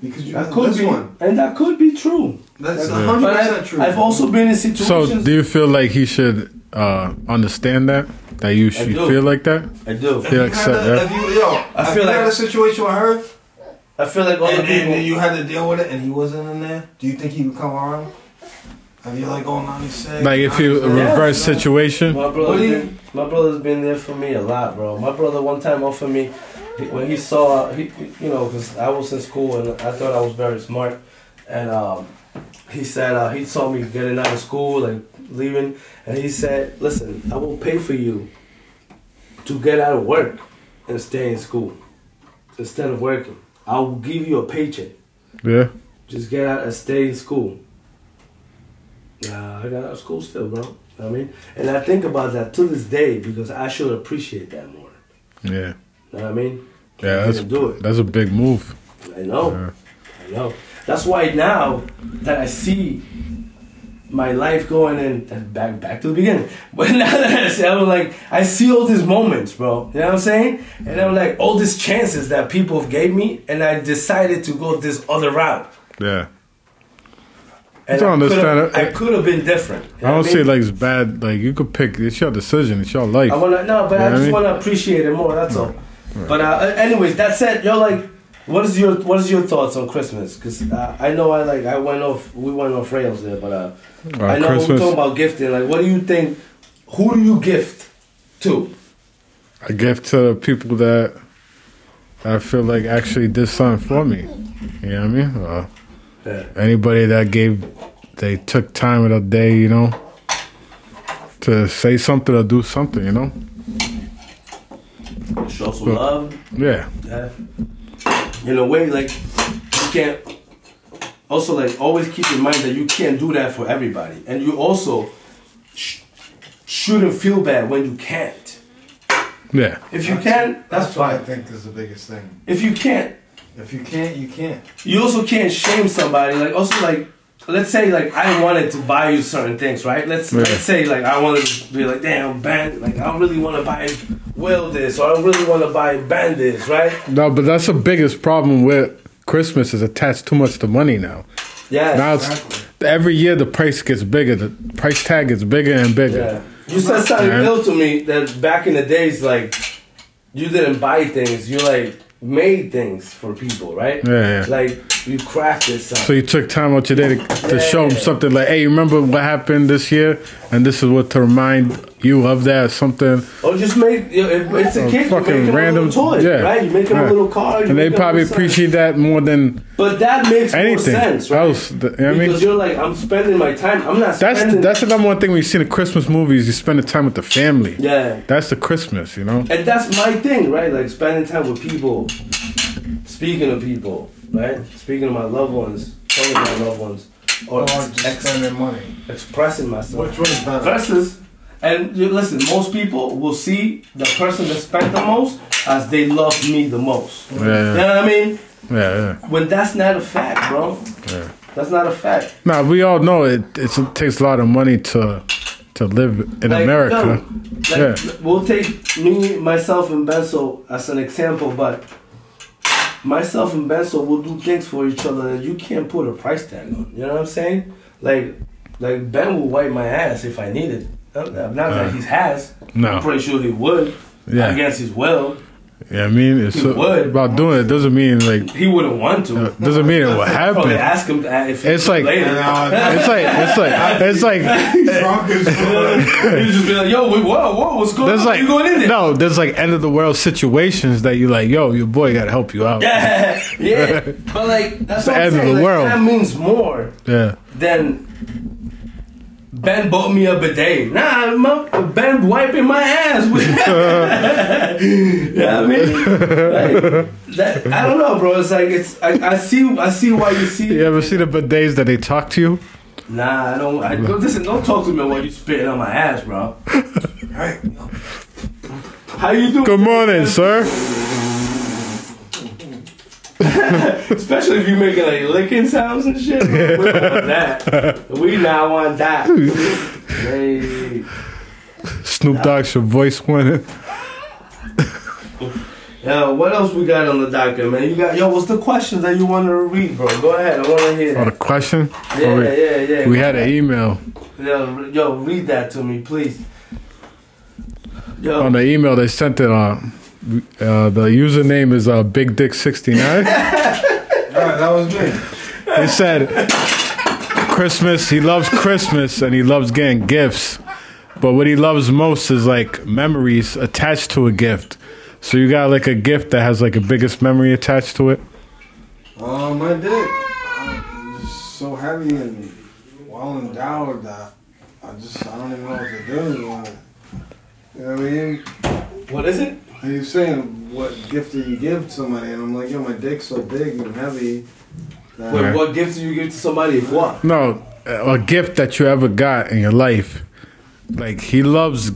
S1: Because you
S2: that
S1: have
S2: could
S1: this
S2: be,
S1: one.
S2: and that could be true.
S1: That's
S2: Like,
S1: hundred
S2: but
S1: percent
S2: I've,
S1: true.
S2: I've also been in situations.
S3: So do you feel like he should uh, understand that? That you should
S2: do.
S3: feel like that?
S2: I do.
S3: Yeah,
S1: If you had
S3: accept
S1: a-
S3: that.
S1: if you- yo,
S2: I
S1: if
S2: feel
S1: you had
S2: like-
S1: a situation with her
S2: I feel like all
S1: and,
S2: the people.
S1: and you had to deal with it, and he wasn't in there. Do you think he would come around? Have you like oh 96?
S3: Like if you uh,
S1: 96?
S3: reverse
S1: Yeah.
S3: situation,
S2: My
S1: What do
S2: brother's
S1: you-
S2: been, my brother's been there for me a lot, bro. My brother one time offered me he- when he saw he, he- you know, because I was in school and I thought I was very smart, and um, he said uh, he saw me getting out of school and leaving, and he said, "Listen, I will pay for you to get out of work and stay in school instead of working. I will give you a paycheck.
S3: yeah.
S2: Just get out and stay in school. Nah, I got out of school still, bro. I mean, and I think about that to this day because I should appreciate that more.
S3: Yeah.
S2: Know what I mean?
S3: Yeah,
S2: I
S3: that's
S2: didn't do it. Oh.
S3: that's a big move.
S2: I know.
S3: Yeah.
S2: I know. That's why now that I see my life going in and back back to the beginning. But now that I see, I'm like, I see all these moments, bro. You know what I'm saying? And I'm like, all these chances that people have gave me, and I decided to go this other route.
S3: Yeah.
S2: And
S3: You don't
S2: I could've-
S3: understand it.
S2: I could have been different. You know
S3: I don't
S2: what
S3: say
S2: mean?
S3: like it's bad. Like you could pick. It's your decision. It's your life.
S2: I wanna no, but I
S3: You know what I
S2: just
S3: mean?
S2: wanna appreciate it more. That's all. But uh, anyways, that's it. You're like, what is your what is your thoughts on Christmas? Because uh, I know I like I went off we went off rails there, but uh,
S3: Uh,
S2: I know we're
S3: Christmas.
S2: talking about gifting. Like, what do you think? Who do you gift to?
S3: I give to the people that I feel like actually did something for me. You know what I mean? Uh,
S2: Yeah.
S3: anybody that gave, they took time of the day, you know, to say something or do something, you know?
S2: Show some
S3: Well-
S2: love.
S3: Yeah.
S2: Yeah. In a way, like you can't. Also, like always keep in mind that you can't do that for everybody, and you also sh- shouldn't feel bad when you can't.
S3: Yeah.
S2: If you can, that's
S1: That's what I
S2: fine.
S1: think is the biggest thing.
S2: If you can't,
S1: If you can't, you can't.
S2: you also can't shame somebody. Like also like, let's say like I wanted to buy you certain things, right? Let's
S3: Yeah.
S2: let's say like I wanted to be like, damn, band. Like I really want to buy Will this, or I really want to buy Band this, right?
S3: No, but that's the biggest problem with Christmas is attached too much to money now.
S2: Yeah.
S3: Now it's, every year the price gets bigger. The price tag gets bigger and bigger.
S2: yeah. You said something
S3: Yeah.
S2: ill to me that back in the days, like you didn't buy things, you like made things for people, right?
S3: Yeah, yeah.
S2: Like you crafted something.
S3: So you took time out your day to, to show them
S2: Yeah.
S3: something like, hey, remember what happened this year? And this is what to remind you of that, or something.
S2: Or just make you know, if it's a
S3: A
S2: kid, you make
S3: fucking
S2: him
S3: random-
S2: a little toy,
S3: yeah.
S2: right? You make him
S3: Yeah.
S2: a little card, you
S3: And they
S2: make him a
S3: probably
S2: little something.
S3: appreciate that more than
S2: But that makes
S3: anything
S2: more sense, right?
S3: else. th- You know what I
S2: because
S3: mean?
S2: you're like, I'm spending my time. I'm not
S3: That's,
S2: spending.
S3: that's the number one thing we see in the Christmas movies. You spend the time with the family.
S2: yeah,
S3: That's the Christmas, you know?
S2: and that's my thing, right? Like spending time with people, speaking to people, right? Speaking to my loved ones, telling my loved ones, or
S1: Or just
S2: ex-
S1: spending money.
S2: expressing myself.
S1: Which one's better?
S2: Versus, and you, listen, most people will see the person that spent the most as they love me the most. You know
S3: Yeah,
S2: what I mean?
S3: yeah, yeah.
S2: When that's not a fact, bro.
S3: Yeah.
S2: That's not a fact.
S3: Now, we all know it, it's, it takes a lot of money to to live in
S2: Like,
S3: America.
S2: yo, like,
S3: Yeah.
S2: We'll take me, myself, and Benso as an example, but myself and Benso will do things for each other that you can't put a price tag on. You know what I'm saying? Like, like Ben will wipe my ass if I need it. Uh, Not that he has.
S3: no.
S2: I'm pretty sure he would.
S3: Yeah.
S2: I guess he's well.
S3: Yeah, I mean, it's
S2: You would.
S3: about doing it doesn't mean like
S2: He wouldn't want to.
S3: doesn't mean it will
S2: Probably
S3: happen.
S2: ask him to- if
S3: It's like- uh,
S2: later.
S3: It's like it's like it's like
S1: Drunk as fuck.
S2: He'll just be like, "Yo, wait, whoa, whoa, what's going
S3: there's
S2: on?
S3: like
S2: you going in there?"
S3: no, there's like end of the world situations that you like. Yo, your boy got to help you out.
S2: yeah, yeah. But like that's
S3: the
S2: what I'm
S3: end of
S2: saying.
S3: the
S2: like,
S3: world.
S2: That means more
S3: yeah,
S2: than Ben bought me a bidet. Nah, my, Ben wiping my ass with. yeah, I mean, like, that, I don't know, bro. It's like it's. I, I see. I see why you see.
S3: You ever see the bidets that they talk to you?
S2: Nah, I don't. I, don't listen, don't talk to me while you spitting on my ass, bro.
S1: Right.
S2: How you doing?
S3: Good morning, sir.
S2: Especially if you making like licking sounds and shit. We don't want that. We not want that. Hey.
S3: Snoop Dogg's your voice winning.
S2: Yo, what else we got on the docket, man? You got yo, what's the questions that you want to read, bro? Go ahead, I want to hear
S3: On a
S2: that.
S3: question,
S2: Yeah,
S3: we,
S2: yeah, yeah.
S3: Oh, we had an email.
S2: yo, re- yo, read that to me, please. Yo,
S3: Oh. On the email they sent it on. Uh, the username is uh, Big Dick 69.
S1: Alright, that was me.
S3: He said, Christmas, he loves Christmas and he loves getting gifts. But what he loves most is like memories attached to a gift. So you got like a gift that has like a biggest memory attached to it.
S1: Uh, my dick uh, is so heavy and well endowed that I just I don't even know what to do. Like, you know what I mean?
S2: What is it?
S1: And he's saying, "What gift do you give somebody?" And I'm like, "Yo, my dick's so big and heavy." That
S2: Wait,
S3: Right.
S2: what gifts do you give to somebody if what?
S3: No, a gift that you ever got in your life. Like he loves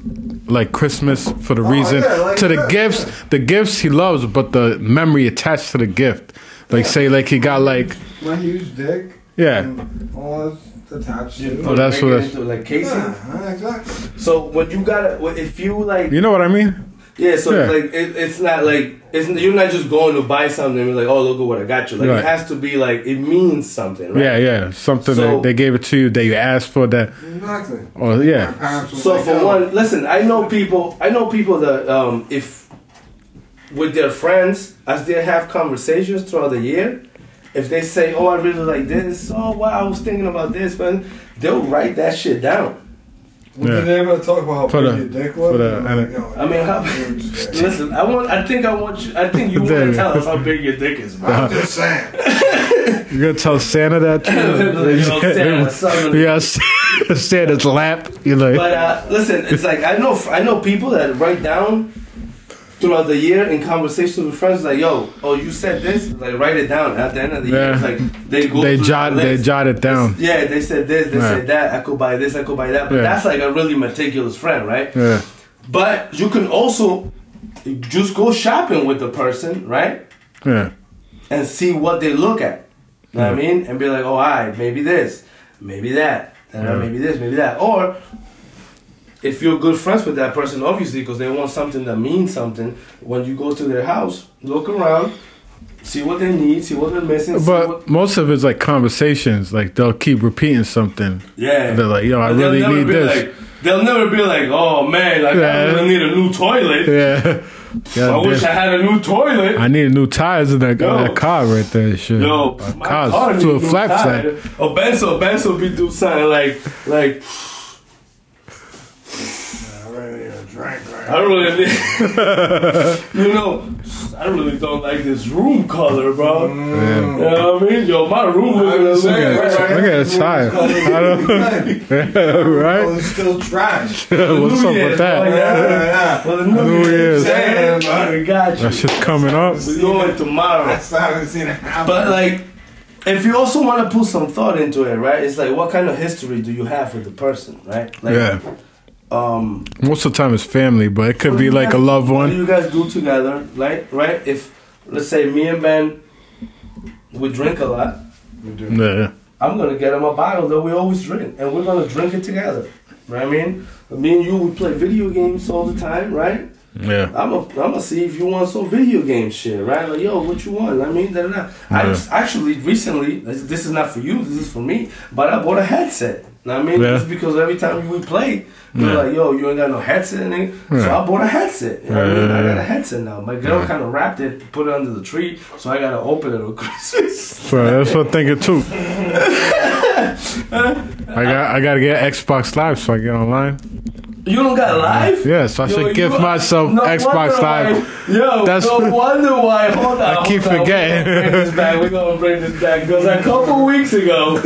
S3: like Christmas for the reason
S1: yeah, like
S3: to the
S1: that,
S3: gifts, the gifts he loves, but the memory attached to the gift. Like say like he got like
S1: my huge dick.
S3: Yeah.
S1: And all that's attached to.
S3: Oh,
S1: it.
S3: but- that's
S2: Make it
S3: what that's-
S2: into, like casing.
S1: Yeah, exactly.
S2: So when you got it, if you like,
S3: you know what I mean?
S2: yeah. So
S3: Yeah.
S2: like, it, it's not like it's, you're not just going to buy something and be like, oh, look at what I got you. Like
S3: Right.
S2: it has to be like it means something, right?
S3: Yeah, yeah. Something
S2: So-
S3: that they gave it to you that you asked for that
S1: Exactly.
S3: or yeah.
S1: Parents was
S2: So
S1: like,
S2: for
S1: "Yo,
S2: one, listen, I know people. I know people that um, if with their friends, as they have conversations throughout the year, if they say, "Oh, I really like this," "Oh, wow, I was thinking about this," but they'll write that shit down.
S1: Did
S3: Yeah.
S1: they ever talk about how
S3: For
S1: big
S3: the-
S1: your dick was?
S3: for the-
S1: And I'm like, "Yo,
S2: I mean, how-
S1: huge dick."
S2: Listen, I want. I think I want you. I think you want to
S3: Damn.
S2: tell us how big your dick is, bro.
S1: I'm just saying.
S3: You gonna tell Santa that?
S2: Santa, son.
S3: too? yeah, Santa's lap. You like?
S2: But uh, listen, it's like I know I know people that write down throughout the year in conversations with friends like, "Yo, oh, you said this," like write it down. At the end of the year, it's
S3: Yeah.
S2: like they go
S3: they
S2: through
S3: jot
S2: the
S3: they
S2: list.
S3: jot it down.
S2: Yeah, they said this, they
S3: Yeah.
S2: said that. I could buy this, I could buy that. But
S3: Yeah.
S2: that's like a really meticulous friend, right?
S3: Yeah,
S2: But you can also just go shopping with the person, right?
S3: yeah.
S2: And see what they look at. You
S3: Hmm.
S2: know what I mean? And be like, oh, I maybe this, maybe that, and
S3: Yeah.
S2: maybe this, maybe that. Or if you're good friends with that person, obviously, because they want something that means something. When you go to their house, look around, see what they need, see what they're missing. see
S3: But
S2: what,
S3: most of it's like conversations. Like they'll keep repeating something.
S2: yeah,
S3: They're like, yo, I
S2: But they'll
S3: really
S2: never
S3: need
S2: be
S3: this.
S2: Like, they'll never be like, oh man, like I
S3: Yeah.
S2: really need a new toilet.
S3: yeah.
S2: I
S3: God
S2: wish
S3: damn.
S2: I had a new toilet.
S3: I need new tires in that,
S2: Yo.
S3: in that car right there. Shit.
S2: Yo,
S3: My
S2: my car
S3: car's
S2: needs
S3: flew a
S2: new
S3: flat
S2: tire.
S3: flat.
S2: Oh, Benzo, Benzo be do something like, like
S1: I really need a drink right
S2: I really, you know, I really don't like this room color, bro.
S1: Mm.
S2: You
S3: Yeah.
S2: know what I mean? Yo, my room looks
S1: Look at
S2: like
S1: it.
S3: Look at his tire. I don't,
S1: Oh,
S2: Oh,
S3: right?
S1: it's still trash.
S3: What's up with that?
S1: Yeah, yeah.
S2: Well, the New
S3: New
S2: Year's,
S3: Year's.
S2: damn, bro, we got
S3: That
S2: you.
S3: shit's coming up.
S2: We're going tomorrow.
S1: I still haven't seen it happen.
S2: But like, if you also want to put some thought into it, right? It's like, what kind of history do you have with the person, right? Like,
S3: Yeah.
S2: Um,
S3: Most of the time it's family, but it
S2: Oh,
S3: could be like a loved
S2: what do
S3: one.
S2: you guys do together, like, right? If let's say me and Ben, we drink a lot.
S3: Yeah.
S2: I'm gonna get him a bottle that we always drink, and we're gonna drink it together. Right? I mean, me and you, we play video games all the time, right?
S3: Yeah.
S2: I'm a, I'm gonna see if you want some video game shit, right? Like, yo, what you want? I mean, da, da, da. I
S3: Yeah.
S2: just- actually recently, this this is not for you, this is for me, but I bought a headset. Know what I mean,
S3: Yeah.
S2: just because every time we play, you're
S3: Yeah.
S2: like, yo, you ain't got no headset, nigga. So
S3: Yeah.
S2: I bought a headset. You know what I mean? I
S3: Yeah.
S2: got a headset now. My girl kind of wrapped it, put it under the tree, so I gotta open it on Christmas.
S3: So that's what I'm thinking too. I got I gotta get Xbox Live so I get online.
S2: you don't got live?
S3: Yeah, so I
S2: Yo,
S3: should give
S2: you-
S3: myself
S2: no
S3: Xbox
S2: wonder
S3: Live.
S2: why- Yo,
S3: That's-
S2: no wonder why. Hold on.
S3: I
S2: hold
S3: keep
S2: on.
S3: forgetting.
S2: We're gonna bring this back. We're gonna bring this back because a couple weeks ago,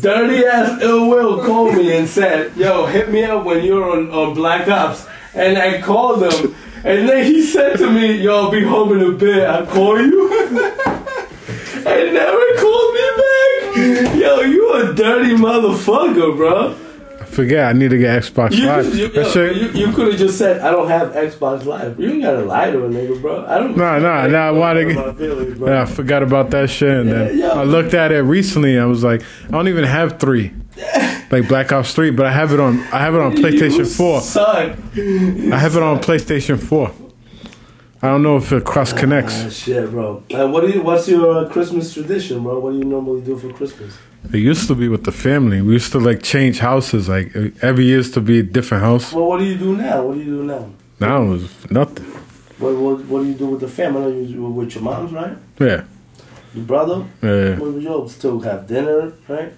S2: dirty ass ill will called me and said, "Yo, hit me up when you're on, on Black Ops." And I called him, and then he said to me, "Yo, I'll be home in a bit. I'll call you." and never called me back. Yo, you a dirty motherfucker, bro.
S3: I forget I need to get Xbox
S2: You,
S3: Live.
S2: you,
S3: that shit,
S2: could have just said, I don't have Xbox Live. You ain't gotta lie to a nigga, bro. I don't.
S3: Nah, nah, nah, I wanna get-
S2: My feelings, bro.
S3: yeah, I forgot about that shit. And then
S2: Yeah, yo.
S3: I looked at it recently. I was like, I don't even have three, like Black Ops Three, but I have it on. I have it on
S2: You
S3: PlayStation Four.
S2: Suck.
S3: I have it on PlayStation Four. I don't know if it cross connects.
S2: Ah, shit, bro. Uh, what do you? What's your uh, Christmas tradition, bro? What do you normally do for Christmas?
S3: It used to be with the family. We used to like change houses. Like every year used to be a different house.
S2: Well, what do you do now? What do you do now?
S3: Now it was nothing.
S2: What, what, what do you do with the family? I know you, you were with your moms, right?
S3: Yeah.
S2: Your brother?
S3: Yeah.
S2: Well, you'll still have dinner, right?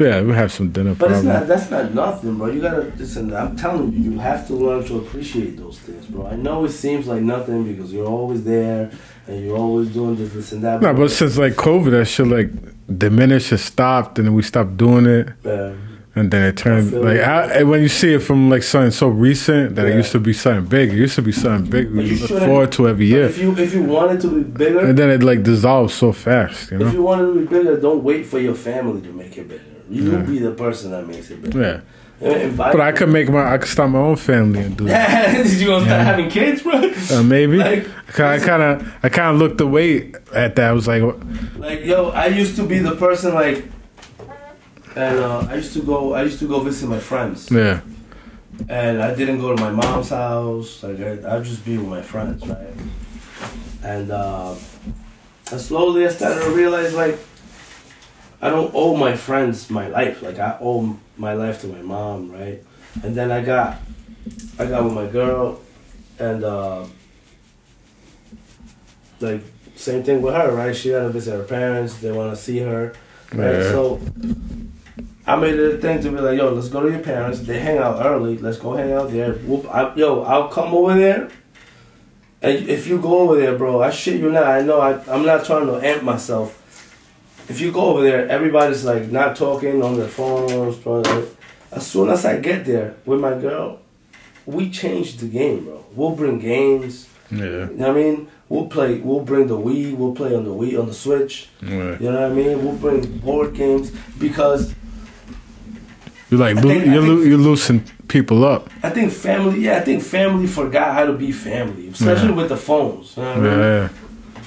S3: Yeah, we have some dinner
S2: But it's not.
S3: probably.
S2: That's not nothing, bro. You gotta listen. I'm telling you, you have to learn to appreciate those things, bro. I know it seems like nothing because you're always there and you're always doing this, this, and that.
S3: No, but since like COVID, that shit like diminished and stopped, and then we stopped doing it,
S2: Uh,
S3: and then it
S2: I
S3: turned
S2: feel
S3: like
S2: you.
S3: I, and when you see it from like something so recent that it
S2: Yeah.
S3: used to be something big. It used to be something big
S2: But
S3: we
S2: you
S3: look
S2: shouldn't-
S3: forward to every
S2: but
S3: year,
S2: If you if you want it to be bigger,
S3: and then it like dissolves so fast, you
S2: if
S3: know?
S2: you want it to be bigger, don't wait for your family to make it bigger. You
S3: Yeah.
S2: be the person that makes it bigger.
S3: Yeah,
S2: And invite-
S3: but I could make my I could start my own family and do that.
S4: you gonna start having kids, bro?
S3: Uh, maybe
S2: Like-
S3: I kind of I kind of looked away at that. I was like,
S2: Like yo, I used to be the person like, and uh, I used to go. I used to go visit my friends,
S3: yeah,
S2: and I didn't go to my mom's house. Like I, I'd just be with my friends, right? And uh, and slowly I started to realize like, I don't owe my friends my life. Like I owe my life to my mom, right? And then I got, I got with my girl, and uh, like same thing with her, right? She gotta visit her parents. They want to see her, right?
S3: Yeah.
S2: So I made it a thing to be like, yo, let's go to your parents. They hang out early. Let's go hang out there. Whoop, I, yo, I'll come over there. And if you go over there, bro, I shit you not. I know I, I'm not trying to amp myself. If you go over there, everybody's like not talking on their phones. Probably. As soon as I get there with my girl, we change the game, bro. We'll bring games. You
S3: yeah,
S2: know what I mean? We'll play. We'll bring the Wii. We'll play on the Wii on the Switch.
S3: yeah.
S2: You know what I mean? We'll bring board games because
S3: You're like
S2: I
S3: loo-
S2: think- I
S3: you're
S2: think-
S3: loo- you're loosening people up.
S2: I think family. Yeah, I think family forgot how to be family, especially
S3: Yeah.
S2: with the phones. You know what I mean?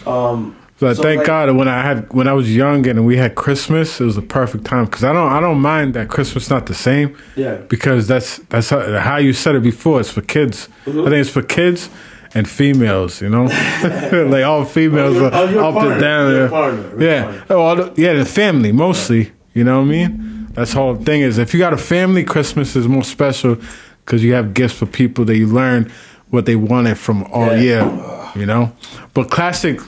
S3: Yeah.
S2: Um,
S3: So,
S2: So,
S3: thank
S2: like-
S3: God when I had when I was young and we had Christmas, it was the perfect time because I don't I don't mind that Christmas not the same
S2: yeah.
S3: because that's that's how, how you said it before. It's for kids. I think it's for kids and females. You know, like all females
S2: Or your- or your
S3: are up
S2: oh, partner,
S3: and down.
S2: your
S3: yeah.
S2: partner, your
S3: yeah,
S2: partner.
S3: oh, all the, yeah, the family mostly. You know what I mean? That's the whole thing is if you got a family, Christmas is more special because you have gifts for people that you learn what they wanted from all
S2: Yeah.
S3: year. You know, but classic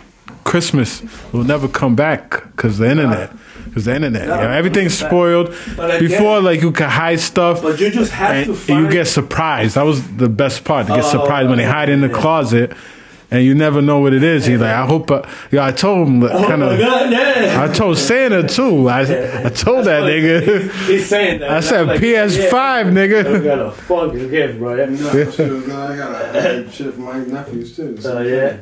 S3: Christmas will never come back because the internet. Because the internet, you
S2: Nah.
S3: know, everything's spoiled.
S2: But again-
S3: Before, like you could hide stuff,
S2: But you just have
S3: and
S2: to
S3: and
S2: find.
S3: you get surprised. That was the best part. To get
S2: Oh,
S3: surprised when they hide in the
S2: yeah.
S3: closet, and you never know what it is. He's like, I hope. I, yeah, I told him
S2: Oh
S3: kind
S2: my
S3: of.
S2: God, yeah.
S3: I told Santa too. I I told that
S2: Like,
S3: nigga.
S2: he- He's saying that.
S3: I
S2: and
S3: said
S2: I'm like,
S3: PS
S2: Yeah,
S3: Five,
S2: we
S3: nigga.
S2: got a fucking gift, bro. Yeah.
S1: No, shoot, I gotta shit for my nephews too.
S2: Uh, yeah.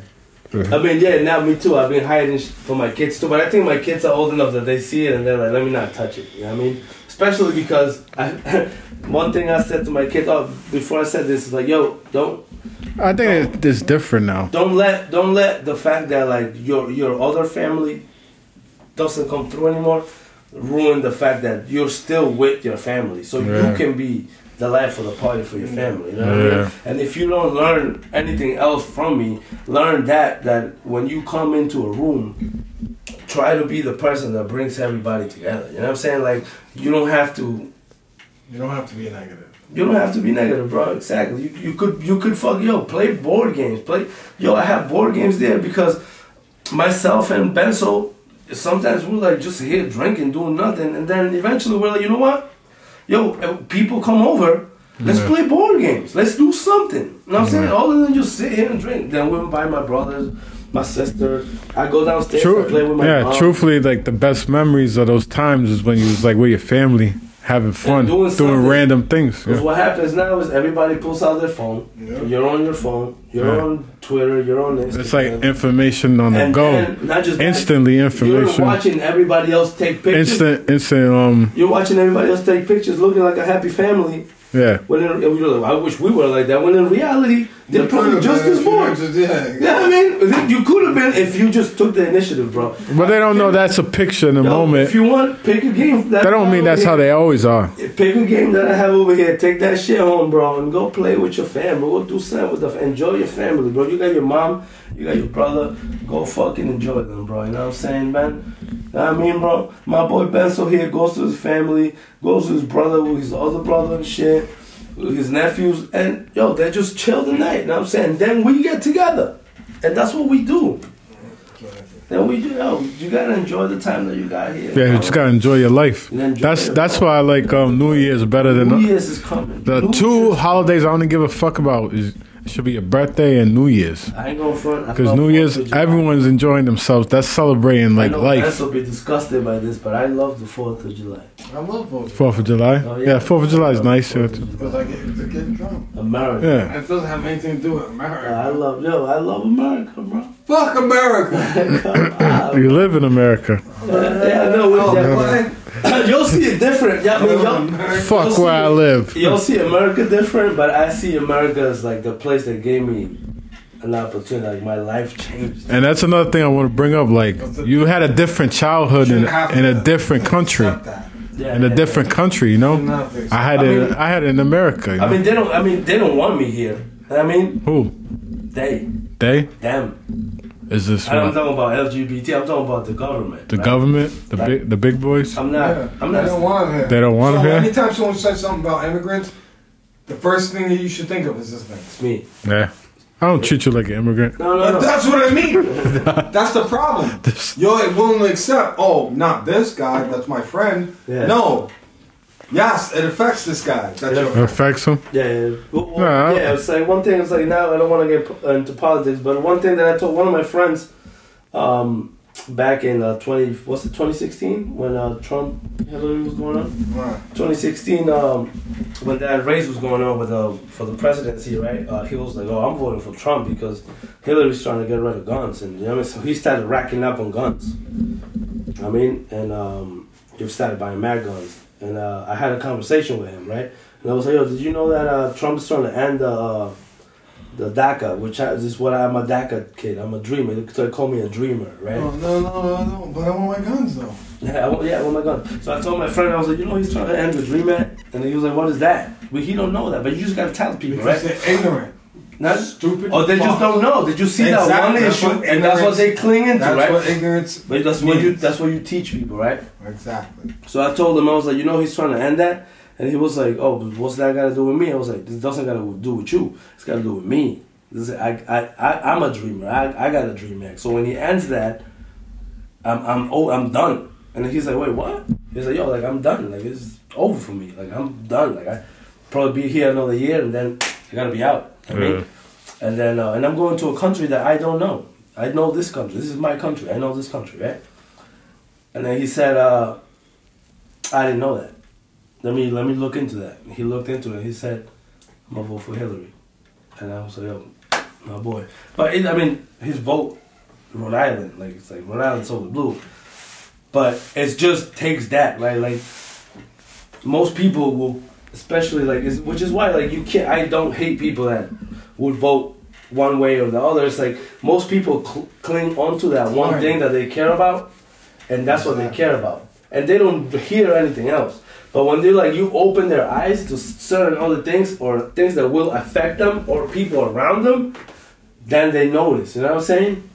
S2: I mean, yeah, now me too. I've been hiding sh- for my kids too, but I think my kids are old enough that they see it and they're like, let me not touch it. You know what I mean? Especially because I, one thing I said to my kids, oh, before I said this, is like, yo, don't
S3: I think it, it's different now.
S2: don't let don't let the fact that like your your other family doesn't come through anymore ruin the fact that you're still with your family so
S3: Yeah.
S2: you can be the life of the party for your family you know what I
S3: Yeah.
S2: mean? and if you don't learn anything else from me learn that that when you come into a room try to be the person that brings everybody together you know what i'm saying like you don't have to
S1: You don't have to be negative.
S2: you don't have to be negative, bro. Exactly. You, you could you could fuck yo play board games. Play yo. I have board games there because myself and Benzo sometimes we're like just here drinking, doing nothing, and then eventually we're like, you know what? Yo, uh, people come over. Let's
S3: Yeah.
S2: play board games. Let's do something. You know what I'm saying? Other than just sit here and drink. Then we invite my brothers, my sister. I go downstairs and play with
S3: True,
S2: my
S3: yeah.
S2: mom.
S3: Truthfully, like the best memories of those times is when you was like with your family, having fun,
S2: doing
S3: doing,
S2: something.
S3: random things.
S2: Because
S3: Yeah.
S2: what happens now is everybody pulls out their phone.
S1: Yeah.
S2: You're on your phone. You're
S3: Yeah.
S2: on Twitter. You're on Instagram.
S3: It's like information on the
S2: and
S3: go.
S2: then, not just that,
S3: instantly
S2: You're
S3: information.
S2: watching everybody else take pictures.
S3: Instant, instant. Um,
S2: You're watching everybody else take pictures, looking like a happy family.
S3: yeah.
S2: When in, and you're like, I wish we were like that. When in reality, they're probably just as bored.
S1: Yeah.
S2: Yeah, I mean, you could have been if you just took the initiative, bro.
S3: But they don't know that's a picture in the
S2: Yo,
S3: moment.
S2: If you want, pick a game.
S3: That don't mean that's how they always are.
S2: Pick a game that I have over here. Take that shit home, bro, and go play with your family. Go do something with the f- enjoy your family, bro. You got your mom, you got your brother. Go fucking enjoy them, bro. You know what I'm saying, man? Know what I mean, bro. My boy Benzo here goes to his family, goes to his brother with his other brother and shit, with his nephews, and yo, they just chill the night. You know what I'm saying? Then we get together. and that's what we do. Then we do. Yo, you gotta enjoy the time that you got here.
S3: Yeah, you just gotta enjoy your life.
S2: And enjoy
S3: that's
S2: it,
S3: that's
S2: bro.
S3: why I like um, New Year's better than
S2: New Year's is coming.
S3: the
S2: New
S3: two
S2: Year's-
S3: holidays I only give a fuck about. Is, should be your birthday and New Year's.
S2: I ain't gonna front. I
S3: Because
S2: love
S3: New
S2: Fourth
S3: Year's,
S2: of July.
S3: everyone's enjoying themselves. That's celebrating like
S2: I know
S3: life.
S2: Lance will be disgusted by this, but I love the Fourth of July.
S1: I love both
S3: Fourth of July.
S2: Oh,
S3: yeah. Fourth of July is nice.
S2: Fourth
S3: yeah.
S2: of July.
S1: because I get to get drunk.
S2: America.
S3: Yeah.
S1: It doesn't have anything to do with America.
S2: I love yo. I love America, bro.
S1: Fuck America.
S2: Come on.
S3: You live in America.
S2: yeah, no, we, yeah,
S1: What?
S2: but- you'll see it different. Yeah, I
S1: Oh,
S2: mean, y'all,
S1: America.
S3: Fuck where I live.
S2: y'all see America different, but I see America as like the place that gave me an opportunity. Like my life changed.
S3: And that's another thing I want to bring up. Like, you had a different childhood in, in a different country,
S1: Fuck that.
S2: Yeah,
S3: in a different country. You know,
S1: Nothing.
S3: I had it. I had it in America. You
S2: I
S3: know?
S2: mean, they don't. I mean, they don't want me here. I mean,
S3: Who
S2: they,
S3: they
S2: them.
S3: is this?
S2: I'm not
S3: What,
S2: talking about LGBT. I'm talking about the government.
S3: the government, the big, the big boys.
S2: I'm not.
S1: Yeah,
S2: I'm
S1: They
S2: not.
S1: don't want him.
S3: They don't want
S1: so
S3: him here?
S1: Anytime someone says something about immigrants, the first thing that you should think of is this thing.
S2: me.
S3: Yeah, I don't treat you like an immigrant.
S2: No, no,
S1: But
S2: no.
S1: that's what I mean. that's the problem. You're willing to accept, oh, not this guy, that's my friend.
S2: Yeah.
S1: No. Yes, it affects this guy. That's
S2: Yeah.
S1: your
S3: It affects them.
S2: Yeah, yeah. Well, well,
S3: Nah, I-
S2: yeah. It's like one thing. It's like now I don't want to get po- into politics, but one thing that I told one of my friends, um, back in uh, twenty what's it twenty sixteen when uh, Trump Hillary was going on
S1: Right.
S2: twenty sixteen um, when that race was going on with uh, for the presidency right uh, he was like oh I'm voting for Trump because Hillary's trying to get rid of guns and you know what I mean? so he started racking up on guns. I mean, and um, he started buying mag guns, and uh, I had a conversation with him right. And I was like, yo, did you know that uh, Trump's trying to end the, uh, the DACA, which I, is what I'm a DACA kid. I'm a dreamer. So they call me a dreamer, right?
S1: No, Oh, no, no, no, no. But I want my guns, though.
S2: Yeah, I, wa- yeah, oh my God. So I told my friend, I was like, you know, he's trying to end the dream act. And he was like, what is that? But he don't know that. But you just got to tell people,
S1: Because
S2: right?
S1: they're ignorant.
S2: Not,
S1: Stupid.
S2: or they just
S1: fuck.
S2: don't know. Did you see that
S1: Exactly,
S2: one
S1: that's
S2: issue?
S1: what
S2: and that's what they cling into,
S1: That's
S2: right?
S1: what ignorance.
S2: but that's what you
S1: means.
S2: that's what you teach people, right?
S1: Exactly.
S2: So I told him, I was like, you know, he's trying to end that. And he was like, oh, but what's that got to do with me? I was like, this doesn't got to do with you. It's got to do with me. This is, I, I, I, I'm a dreamer. I, I got a dream act. So when he ends that, I'm, I'm, oh, I'm done. And he's like, wait, what? He's like, yo, like, I'm done. Like, it's over for me. Like, I'm done. Like, I probably be here another year and then I got to be out. I mean,
S3: Yeah.
S2: and then, uh, and I'm going to a country that I don't know. I know this country. This is my country. I know this country, right? And then he said, uh, I didn't know that. Let me let me look into that. He looked into it. He said, "I'm gonna vote for Hillary," and I was like, "Yo, my boy." But it, I mean, his vote, Rhode Island, like it's like Rhode Island's over blue. But it just takes that, right? Like most people will, especially like, it's, which is why like you can't. I don't hate people that would vote one way or the other. It's like most people cl- cling onto that one
S1: Right.
S2: thing that they care about, and that's what they care about, and they don't hear anything else. But when they like you open their eyes to certain other things or things that will affect them or people around them, then they notice. You know what I'm saying?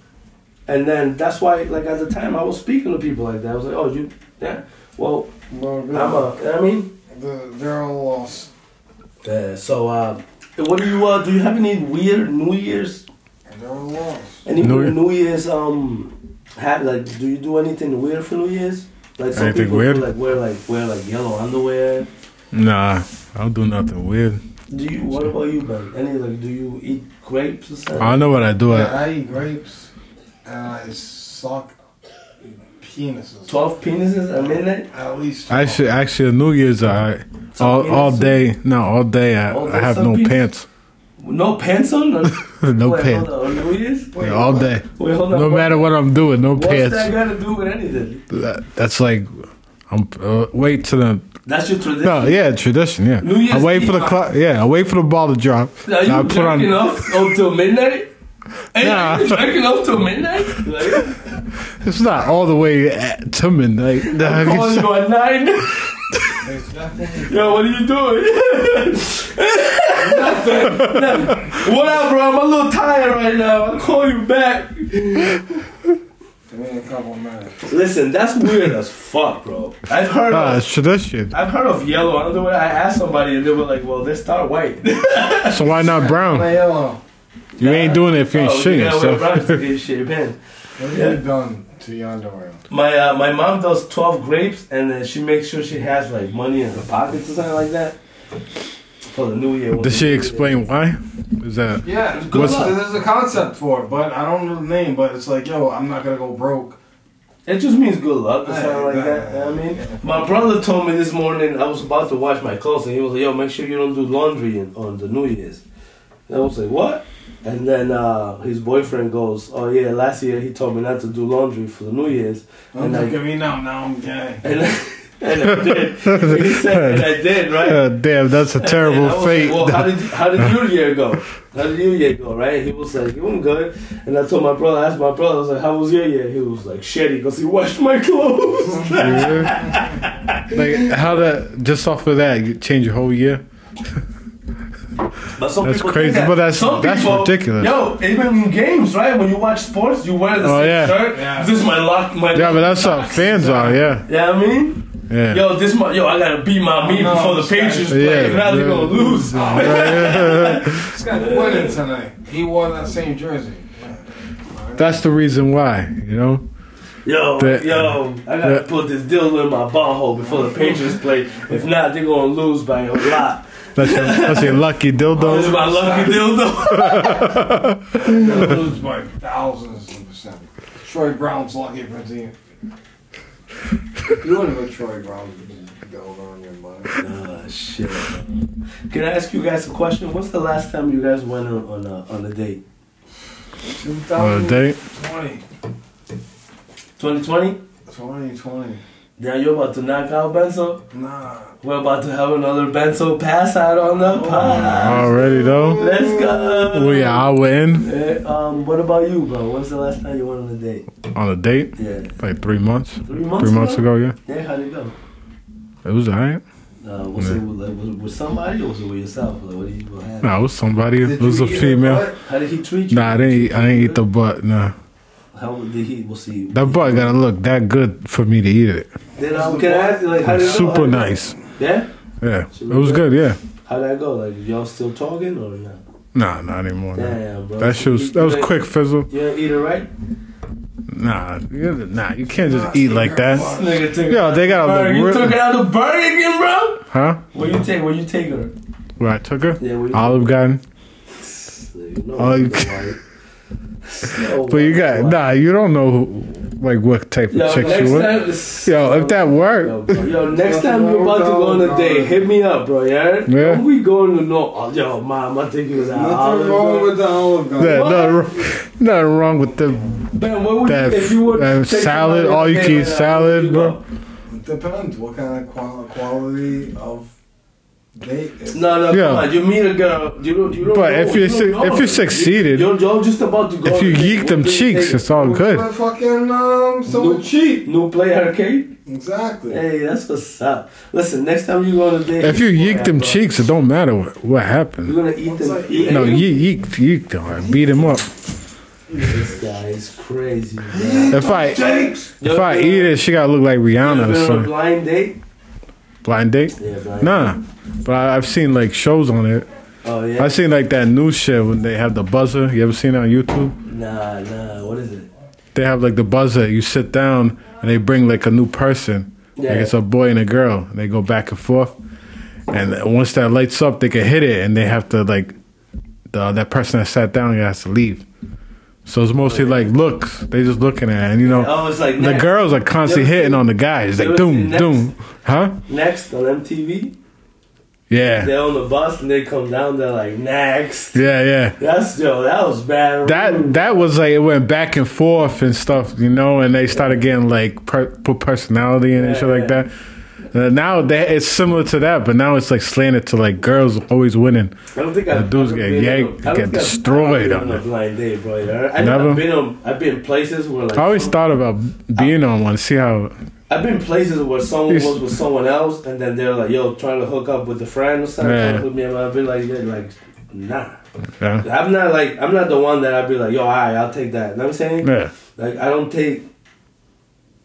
S2: And then that's why, like at the time, I was speaking to people like that. I was like, "Oh, you, yeah, well,
S1: Well,
S2: I'm a, you know what I mean."
S1: the, they're all lost.
S2: Uh, so, uh, what do you uh, do? You have any weird New Year's?
S1: They're all lost.
S2: Any
S3: New-
S2: weird New Year's? Um, have like, do you do anything weird for New Year's? Like some
S3: Anything
S2: people
S3: weird?
S2: Do, like wear like wear like yellow underwear.
S3: Nah, I don't do nothing weird.
S2: Do you? What about you, Ben? Any like? Do you eat grapes or something?
S3: I know what I do.
S1: Yeah,
S3: I,
S1: I eat grapes and I suck penises.
S2: Twelve penises at midnight.
S1: At least.
S3: I should actually New Year's. I all all day. No, all day. I,
S2: All day
S3: I have no
S2: something?
S3: pants.
S2: No pants on. No,
S3: No
S2: Wait,
S3: pants.
S2: Hold on. New Year's.
S1: Wait,
S3: Yeah, all
S1: what?
S3: day.
S2: Wait, hold on.
S3: No
S2: what-
S3: matter what I'm doing, no
S2: What's
S3: pants.
S2: that got to do with anything?
S3: That- That's like, I'm uh, wait till the
S2: That's your tradition.
S3: no, yeah, tradition, yeah.
S2: New Year's
S3: I wait for the
S2: Eve.
S3: clock, yeah. I wait for the ball to drop.
S2: Are
S3: and I
S2: you
S3: put on,
S2: jerking off up till midnight? Ain't
S3: Nah.
S2: you jerking off till midnight? Like,
S3: it's not all the way at, to midnight.
S2: I'm calling you at nine.
S1: There's nothing.
S2: Yo, what are you doing? Nothing. Nothing. what up, bro? I'm a little tired right now. I'll call you back.
S1: Give me a couple minutes.
S2: Listen, that's weird as fuck, bro. I've heard
S3: Nah,
S2: of.
S3: it's tradition.
S2: I've heard of yellow underwear. I asked somebody and they were like, well, they start white.
S3: So why not brown?
S1: Play yellow.
S3: You ain't doing it if you ain't
S2: Oh,
S3: shitting
S2: you gotta wear
S3: yourself.
S2: bras to get shit pants.
S1: What have
S2: Yeah.
S1: you done to your underwear?
S2: My uh, my mom does twelve grapes, and then she makes sure she has like money in her pockets or something like that for the New Year. when
S3: Does
S2: we-
S3: she explain why? Is that
S1: Yeah, it's
S3: What's-
S1: luck. There's a concept for it, but I don't know the name. But it's like, yo, I'm not gonna go broke.
S2: It just means good luck or something like
S1: Yeah,
S2: that. You
S1: yeah.
S2: know what I mean, my brother told me this morning I was about to wash my clothes, and he was like, "Yo, make sure you don't do laundry in, on the New Year's." And I was like, "What?" And then uh, his boyfriend goes, "Oh yeah, last year he told me not to do laundry for the New Year's."
S1: Don't
S2: And I-
S1: look at me now. Now I'm gay.
S2: And I, and I did. He said, and I did, right?
S3: Uh, damn, that's a
S2: And
S3: terrible
S2: I was
S3: fate.
S2: Like, well, how did how did your year go? How did your year go? Right? He was like, it went good. And I told my brother, I asked my brother, I was like, how was your year? He was like, shitty, because he washed my clothes.
S3: like how that just off of that you change your whole year?
S2: but some
S3: That's
S2: people
S3: crazy,
S2: do that.
S3: but that's-
S2: some
S3: that's
S2: people,
S3: ridiculous.
S2: Yo, even in games, right? When you watch sports, you wear the
S3: Oh,
S2: same
S3: yeah.
S2: shirt.
S1: Yeah.
S2: This is my lock. My
S3: Yeah, but that's how fans are. Yeah,
S2: Yeah, I mean,
S3: yeah.
S2: yo, this my yo, I gotta beat my meat
S1: no,
S2: before the
S1: this guy-
S2: Patriots
S3: Yeah,
S2: play. If not, they're
S3: yeah.
S2: gonna lose.
S1: This guy's winning tonight. He wore that same jersey. Yeah.
S3: that's the reason why. You know,
S2: Yo,
S3: That-
S2: yo, I gotta
S3: that-
S2: put this dildo in my butthole before the Patriots play. If not, they're gonna lose by a lot.
S3: that's your, that's your lucky
S2: This is
S3: dildo.
S2: Oh, my lucky dildo.
S1: They lose by thousands of percent. Troy Brown's lucky for team. You wouldn't have been Troy Brown going on your mind.
S2: Oh, shit. Can I ask you guys a question? What's the last time you guys went on on a, on a date?
S3: On a
S1: 2020.
S3: date?
S2: 2020?
S1: 2020.
S2: Now you're about to knock out Benzo.
S1: Nah.
S2: We're about to have another Benzo pass out on the
S3: Oh,
S2: pod.
S3: Already though.
S2: Let's go.
S3: We are hour in
S2: Eh, um, what about you, bro? When's the last time you went on a date?
S3: on a date
S2: Yeah,
S3: like three months,
S2: three months.
S3: three months ago. Yeah,
S2: Yeah, how'd it go?
S3: it was alright.
S2: Uh, was it with, like, was it with somebody or was it with yourself? Like, what did you what happened?
S3: Nah, it was somebody. It
S1: Did you
S3: was a
S1: eat it,
S3: female.
S1: but-
S2: How did he treat you?
S3: Nah, I didn't. Eat, I didn't eat the butt. Nah,
S2: How did he? We'll see.
S3: that butt gotta look that good for me to eat it.
S2: Then um, can I ask you, like, how did it go? How
S3: Super
S2: did-
S3: nice.
S2: Yeah.
S3: Yeah, it was good. Yeah.
S2: How did that go? Like, y'all still talking or not?
S3: Nah, not anymore. nah.
S2: Damn, bro.
S3: That shit was that was
S2: You ain't-
S3: quick fizzle.
S2: You ain't eat it right?
S3: Nah, you- nah, you can't just eat like that,
S2: Nigga took
S3: Yeah, they got a
S2: Burger. You
S3: rib-
S2: took it out the Burger King, bro.
S3: huh?
S2: Where you take? Where you take her?
S3: Where I took her,
S2: Yeah. Where you
S3: Olive Garden.
S2: Nigga, no
S3: Oh, you-
S2: white. No
S3: But you
S2: white,
S3: got
S2: no white.
S3: nah, you don't know who, like what type
S2: Yo,
S3: of chick
S2: next
S3: she was.
S2: time, it's-
S3: Yo, if that
S2: Yo,
S3: worked,
S2: bro, yo, next time you're about to go on a date, hit me up, bro. Yeah,
S3: Yeah.
S2: Don't we going to no? Oh, yo, mom, I think it was an
S1: Nothing wrong with the olive garden.
S3: yeah,
S2: What?
S3: nothing, wrong- nothing wrong with the
S2: Ben, what would
S3: that
S2: you, if you would
S3: that
S2: take somebody
S3: salad,
S2: on a
S3: all you
S2: date
S3: can eat
S2: right now,
S3: salad,
S2: where you
S3: bro.
S2: go?
S1: Depends what kind of qual- quality of date. is-
S2: No, no,
S3: Yeah.
S2: come on. You meet a girl. You don't. You don't.
S3: But
S2: know,
S3: if you
S2: don't
S3: su-
S2: know
S3: if you
S2: her.
S3: succeeded-
S2: you're, you're just about to go.
S3: If
S2: on
S3: you
S2: a date,
S3: yeek
S2: what
S3: them
S2: do you
S3: cheeks,
S2: think?
S3: it's all Oh, good.
S1: But fucking um, so
S2: Nope.
S1: cheap.
S2: New play arcade.
S1: Exactly.
S2: Hey, that's what's up. Listen, next time you go on a date,
S3: If you yeek them
S2: bro,
S3: cheeks, it don't matter what, what
S2: you're
S3: happened.
S2: gonna eat them.
S1: like-
S2: eat
S3: No,
S2: them.
S3: ye yeek yeek them, or beat him up.
S2: this guy is crazy. Man.
S3: If I
S1: Jakes.
S3: if I eat it, she gotta look like
S2: you
S3: Rihanna or
S2: been on a
S3: something.
S2: blind date?
S3: Blind date.
S2: Yeah, blind.
S3: Nah, but I, I've seen like shows on it.
S2: Oh yeah.
S3: I've seen like that new shit when they have the buzzer. You ever seen it on YouTube?
S2: Nah, nah. What is it?
S3: They have like the buzzer. You sit down and they bring like a new person.
S2: Yeah.
S3: Like it's a boy and a girl. And they go back and forth. And once that lights up, they can hit it and they have to like the that person that sat down has to leave. So it's mostly like looks. They just looking at it. and you know
S2: Oh, it's like
S3: the
S2: next,
S3: girls are constantly
S2: Never seen-
S3: hitting on the guys. Like
S2: Never seen
S3: doom, doom. Huh?
S2: Next on MTV,
S3: Yeah.
S2: they're on the bus and they come down. They're like next.
S3: Yeah, yeah.
S2: That's yo. That was bad.
S3: That that was like it went back and forth and stuff, you know, and they started getting like per, put personality in and shit like that. Uh, now that it's similar to that, but now it's like slanted to like girls always winning.
S2: I don't think
S3: The
S2: I've
S3: dudes
S2: ever
S3: get
S2: been
S3: yanked,
S2: on a- I don't
S3: get
S2: think I've-
S3: destroyed
S2: I've been
S3: on
S2: on a
S3: that.
S2: blind date, bro. you know? I,
S3: Never?
S2: I've been on. I've been places where like
S3: I always thought about being on one, see how.
S2: I've been places where someone
S3: Yes.
S2: was with someone else, and then they're like, "Yo, trying to hook up with the friend or something."
S3: Yeah.
S2: trying to hook me up. I've been like, yeah, like, nah.
S3: Yeah,
S2: I'm not like I'm not the one that I'd be like, "Yo, all right, I'll take that." You know what I'm saying?
S3: yeah,
S2: Like, I don't take.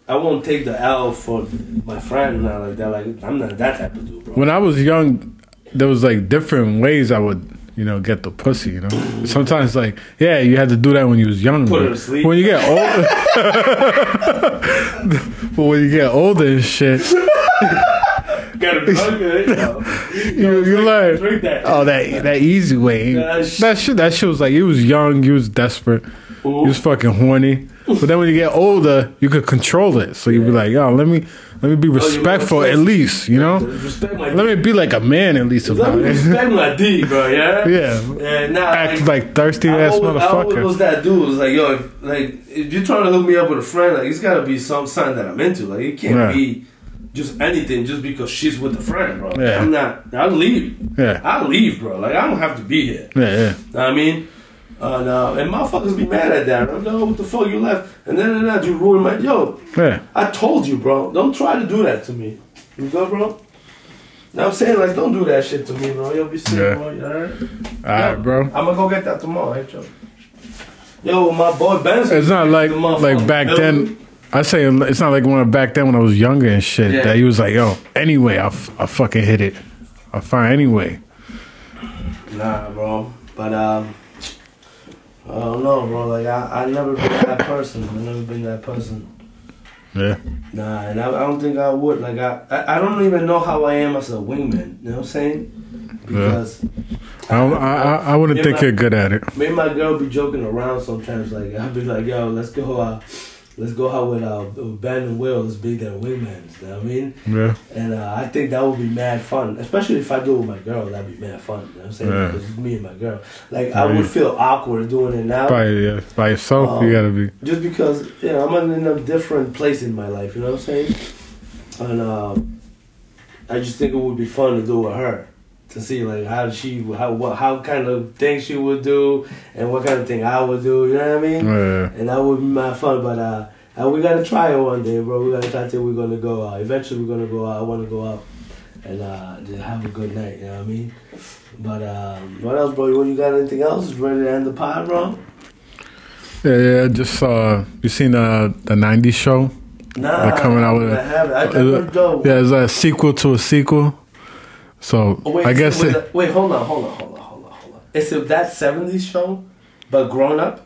S2: I won't take the L for my friend not like that. Like, I'm not that type of dude, bro.
S3: When I was young, there was like different ways I would you know, get the pussy, you know. Sometimes like, yeah, you had to do that when you was young.
S2: Put her
S3: but
S2: to sleep.
S3: When you get older But when you get older and shit,
S2: Got a drug in it. yo.
S3: you, you learn
S2: Drink that.
S3: Oh, that that easy way.
S2: Nah,
S3: That
S2: sh-
S3: shit. that shit. was like you was young, you was desperate, you was fucking horny. But then when you get older, you could control it. So you be like, yo, let me let me be respectful
S2: Oh, wanna
S3: at least, you know.
S2: Respect my
S3: Let me be like a man at least
S2: Let
S3: about
S2: me
S3: it.
S2: respect my D, bro. Yeah.
S3: yeah,
S2: Yeah. Nah.
S3: act
S2: like-
S3: like thirsty
S2: I
S3: ass
S2: always, I always
S3: motherfucker.
S2: was that dude. It Was like, yo, if, like if you're trying to hook me up with a friend, like it's gotta be some sign that I'm into. Like it can't
S3: Yeah.
S2: be just anything just because she's with a friend, bro.
S3: Yeah.
S2: I'm not. I'll leave.
S3: Yeah,
S2: I'll leave, bro. Like I don't have to be here.
S3: yeah, yeah.
S2: Know what I mean? Uh, no, and motherfuckers be mad at that. I'm like, no, what the fuck you left? And then and that you ruined my yo.
S3: yeah.
S2: I told you, bro. Don't try to do that to me. You go, bro. Now I'm saying like, don't do that shit to me, bro. You'll be sick,
S3: Yeah.
S2: bro. You alright?
S3: All right, bro.
S2: I'm gonna go get that tomorrow, hey, Joe. Yo, my boy Ben's.
S3: It's not like
S2: The motherfucker.
S3: like back then. I say it's not like when back then when I was younger and shit
S2: Yeah.
S3: that he was like, yo, anyway, I, f- I fucking hit it. I find anyway.
S2: Nah, bro. But um, I don't know, bro. Like I, I never been that person. I never been that person.
S3: Yeah.
S2: Nah, and I, I don't think I would. Like I, I, I don't even know how I am as a wingman. You know what I'm saying? Because
S3: I, don't- I, I, I wouldn't
S2: Yeah,
S3: think
S2: but-
S3: you're good at it.
S2: me and my girl be joking around sometimes. Like I'll be like, yo, let's go out. Let's go out with uh, Ben and Will. Let's be their wingmans. You know what I mean?
S3: Yeah.
S2: And uh, I think that would be mad fun, especially if I do it with my girl. That'd be mad fun. You know what I'm saying?
S3: Yeah.
S2: Because it's me and my girl. Like I would feel awkward doing it now,
S3: By, yeah, by yourself,
S2: Um,
S3: you gotta be.
S2: just because you know I'm in a different place in my life. You know what I'm saying? And uh, I just think it would be fun to do with her to see like how she how what how kind of thing she would do and what kind of thing I would do. You know what I mean?
S3: Yeah.
S2: And that would be my fun, but uh, uh, we gotta try it one day, bro. We gotta try to. We're gonna go out. Eventually, we're gonna go out. I wanna go out and uh, just have a good night. You know what I mean? But um, what else, bro? What you got? Anything else? Ready to end the pod, bro?
S3: yeah, yeah. Just uh, you seen the the '90s show?
S2: Nah,
S3: They're coming out with
S2: I
S3: a-
S2: have it. I
S3: uh,
S2: never go.
S3: Yeah, it's a sequel to a sequel. So
S2: Oh, wait,
S3: I guess
S2: wait,
S3: it,
S2: wait, hold on, hold on, hold on, hold on, hold on. Is it that '70s show, but grown up?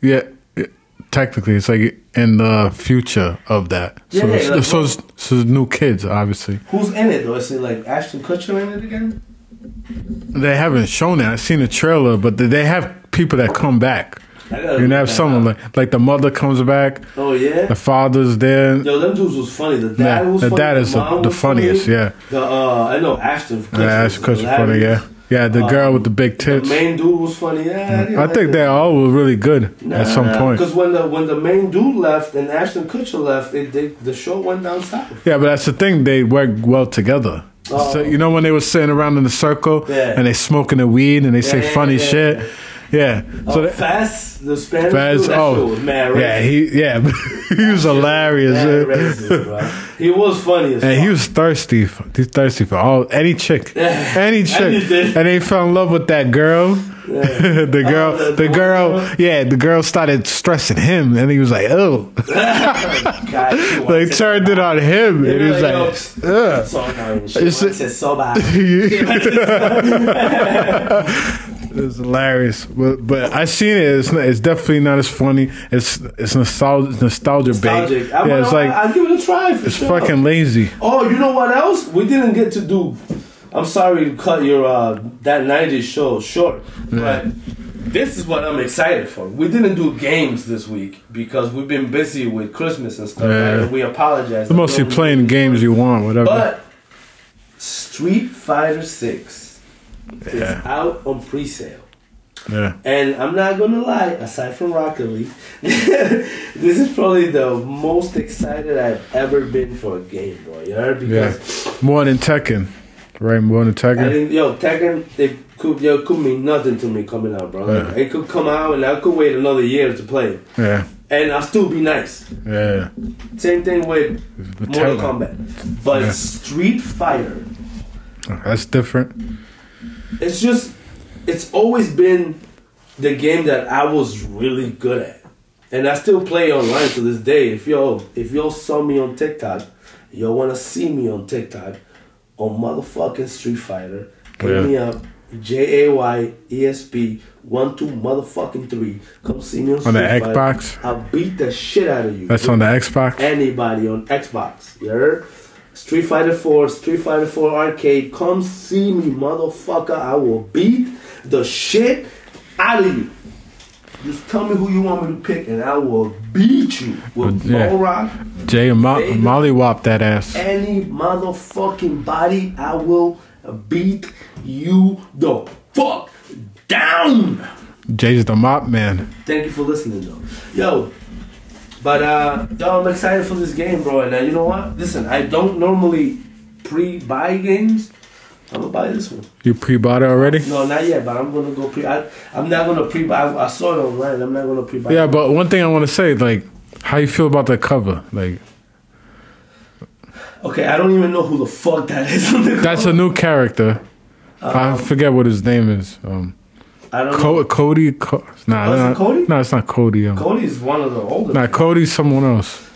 S3: Yeah, it- technically, it's like in the future of that.
S2: Yeah,
S3: so,
S2: yeah,
S3: it's-
S2: like
S3: so,
S2: what-
S3: it's, so it's new kids, obviously.
S2: Who's in it? Or is it like Ashton Kutcher in it again?
S3: They haven't shown it. I've seen the trailer, but they- they have people that come back.
S2: I gotta
S3: You can
S2: look
S3: have
S2: that
S3: someone
S2: up.
S3: like like the mother comes back,
S2: Oh yeah.
S3: the father's there.
S2: Yo, them dudes was funny. The dad
S3: Yeah,
S2: was
S3: the
S2: funny.
S3: dad is
S2: mom
S3: the, the
S2: was funny.
S3: funniest. Yeah,
S2: The uh, I know Ashton. Kutcher
S3: yeah,
S2: was
S3: that's because funny.
S2: hilarious.
S3: Yeah, yeah, the girl
S2: Um,
S3: with the big
S2: The
S3: tits.
S2: main dude was funny. Yeah,
S3: I think they all were really good at some point.
S2: Because when the when the main dude left and Ashton Kutcher left, it they, the show went down south.
S3: Yeah, but that's the thing. They work well together.
S2: Oh.
S3: So you know when they were sitting around in a circle
S2: Yeah.
S3: and they smoking the weed and they say
S2: yeah,
S3: funny
S2: yeah,
S3: shit. Yeah. So
S2: So
S3: that,
S2: Fast, Oh, the Spanish
S3: Faz-
S2: dude, that
S3: oh.
S2: shit was mad
S3: yeah,
S2: racist.
S3: he yeah he was hilarious.
S2: Mad
S3: yeah.
S2: racist, bro. He was funny as
S3: And he
S2: fuck.
S3: was thirsty. For, he's thirsty for all any chick,
S2: Yeah.
S3: any chick,
S2: Anything. Oh,
S3: and they fell in love with that girl. the girl,
S2: the- the
S3: the girl,
S2: one-
S3: yeah, the girl started stressing him, and he was like, "Oh!"
S2: God, he
S3: They
S2: wanted-
S3: turned it on him,
S2: They
S3: and he
S2: were
S3: was
S2: like,
S3: like,
S2: "Yo,
S3: "Ugh."
S2: it's all kind of
S3: It's-
S2: shit. Once it's so bad.
S3: It's hilarious, but but I seen it. It's not, it's definitely not as funny. It's it's nostalgia nostalgia bait.
S2: Nostalgic. I,
S3: Yeah, it's like
S2: I, will give it a try. For
S3: it's
S2: sure.
S3: fucking lazy.
S2: Oh, you know what else? We didn't get to do. I'm sorry to cut your uh, that '90s show short, but this is what I'm excited for. We didn't do games this week because we've been busy with Christmas and stuff.
S3: Yeah.
S2: and we apologize.
S3: It's mostly playing games you want, whatever.
S2: But Street Fighter Six
S3: Yeah.
S2: is out on pre-sale.
S3: yeah,
S2: And I'm not gonna lie, aside from Rocket League, this is probably the most excited I've ever been for a game, bro. You heard?
S3: yeah,
S2: Because
S3: more than Tekken, right? More than
S2: I
S3: Tekken.
S2: didn't, yo, Tekken, it could, yo, it could mean nothing to me coming out, bro. Like,
S3: Yeah.
S2: It could come out and I could wait another year to play. it.
S3: Yeah,
S2: And I'll still be nice.
S3: yeah.
S2: Same thing with Mortal Kombat. But
S3: Yeah.
S2: Street Fighter,
S3: That's different.
S2: it's just, it's always been the game that I was really good at. And I still play online to this day. If y'all, if y'all saw me on TikTok, y'all wanna see me on TikTok, on motherfucking Street Fighter, hit
S3: Yeah.
S2: me up. J A Y E S B one two motherfucking three. Come see me on,
S3: On the
S2: Street Fight.
S3: Xbox?
S2: I'll beat the shit out of you.
S3: That's on the Xbox.
S2: anybody on Xbox. You heard? Street Fighter 4, Street Fighter 4 Arcade. Come see me, motherfucker. I will beat the shit out of you. Just tell me who you want me to pick, and I will beat you with
S3: Yeah.
S2: Ball Rock.
S3: Jay and Mo- Molly whopped that ass.
S2: Any motherfucking body, I will beat you the fuck down.
S3: Jay's the mop man.
S2: Thank you for listening, though. Yo, but uh, yo, I'm excited for this game, bro. And uh, you know what? Listen, I don't normally pre-buy games. I'm gonna buy this one.
S3: You pre bought it already?
S2: No, not yet. But I'm gonna go pre. I, I'm not gonna pre-buy. I, I saw it online. I'm not gonna pre-buy.
S3: Yeah, but one thing I want to say, like, how you feel about the cover? Like,
S2: okay, I don't even know who the fuck that is. On the
S3: that's a
S2: cover.
S3: new character. I forget what his name is. Um,
S2: I don't know.
S3: Co- Cody. Co- nah,
S2: Oh, is it
S3: nah,
S2: Cody?
S3: No, it's not Cody. Um,
S2: Cody's one of the older.
S3: nah, Cody's someone else.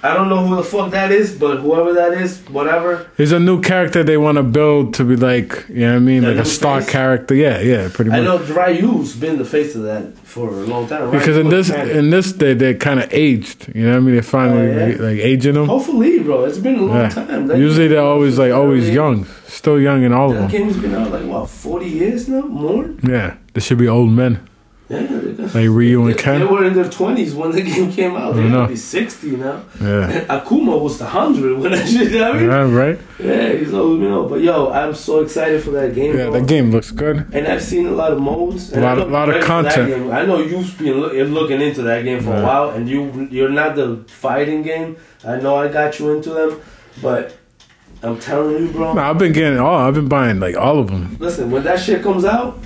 S2: I don't know who the fuck that is, but whoever that is, whatever.
S3: There's a new character they want to build to be like, you know what I mean?
S2: A
S3: Like
S2: new
S3: a star
S2: face?
S3: character. Yeah, yeah, pretty much.
S2: I know Dryu's been the face of that for a long time, right?
S3: Because in
S2: He was
S3: this
S2: kind of-
S3: in this they they kind of aged. You know what I mean? They finally
S2: Oh, yeah?
S3: like, like aging them.
S2: Hopefully, bro. It's been a long
S3: Yeah.
S2: time. That
S3: Usually they're
S2: game-
S3: always like always
S2: that
S3: young, still young in all
S2: Game, that
S3: of them.
S2: game's been out like what, forty years now, more.
S3: Yeah, they should be old men
S2: Yeah, they,
S3: like Ryu
S2: they,
S3: and
S2: they
S3: Ken.
S2: were in their twenties when the game came out.
S3: I
S2: They
S3: know.
S2: gotta be sixty now.
S3: Yeah,
S2: Akuma was the hundred when that shit happened.
S3: yeah, right.
S2: Yeah, he's old, you know. But yo, I'm so excited for that game.
S3: Yeah,
S2: bro.
S3: that game looks good.
S2: And I've seen a lot of modes. And
S3: Lot-
S2: I know
S3: lot of
S2: you're ready for that
S3: content.
S2: game. I know you've been loo- looking into that game for
S3: Yeah.
S2: a while, and you you're not the fighting game. I know I got you into them, but I'm telling you, bro.
S3: Nah, I've been getting all. I've been buying like all of them.
S2: Listen, when that shit comes out,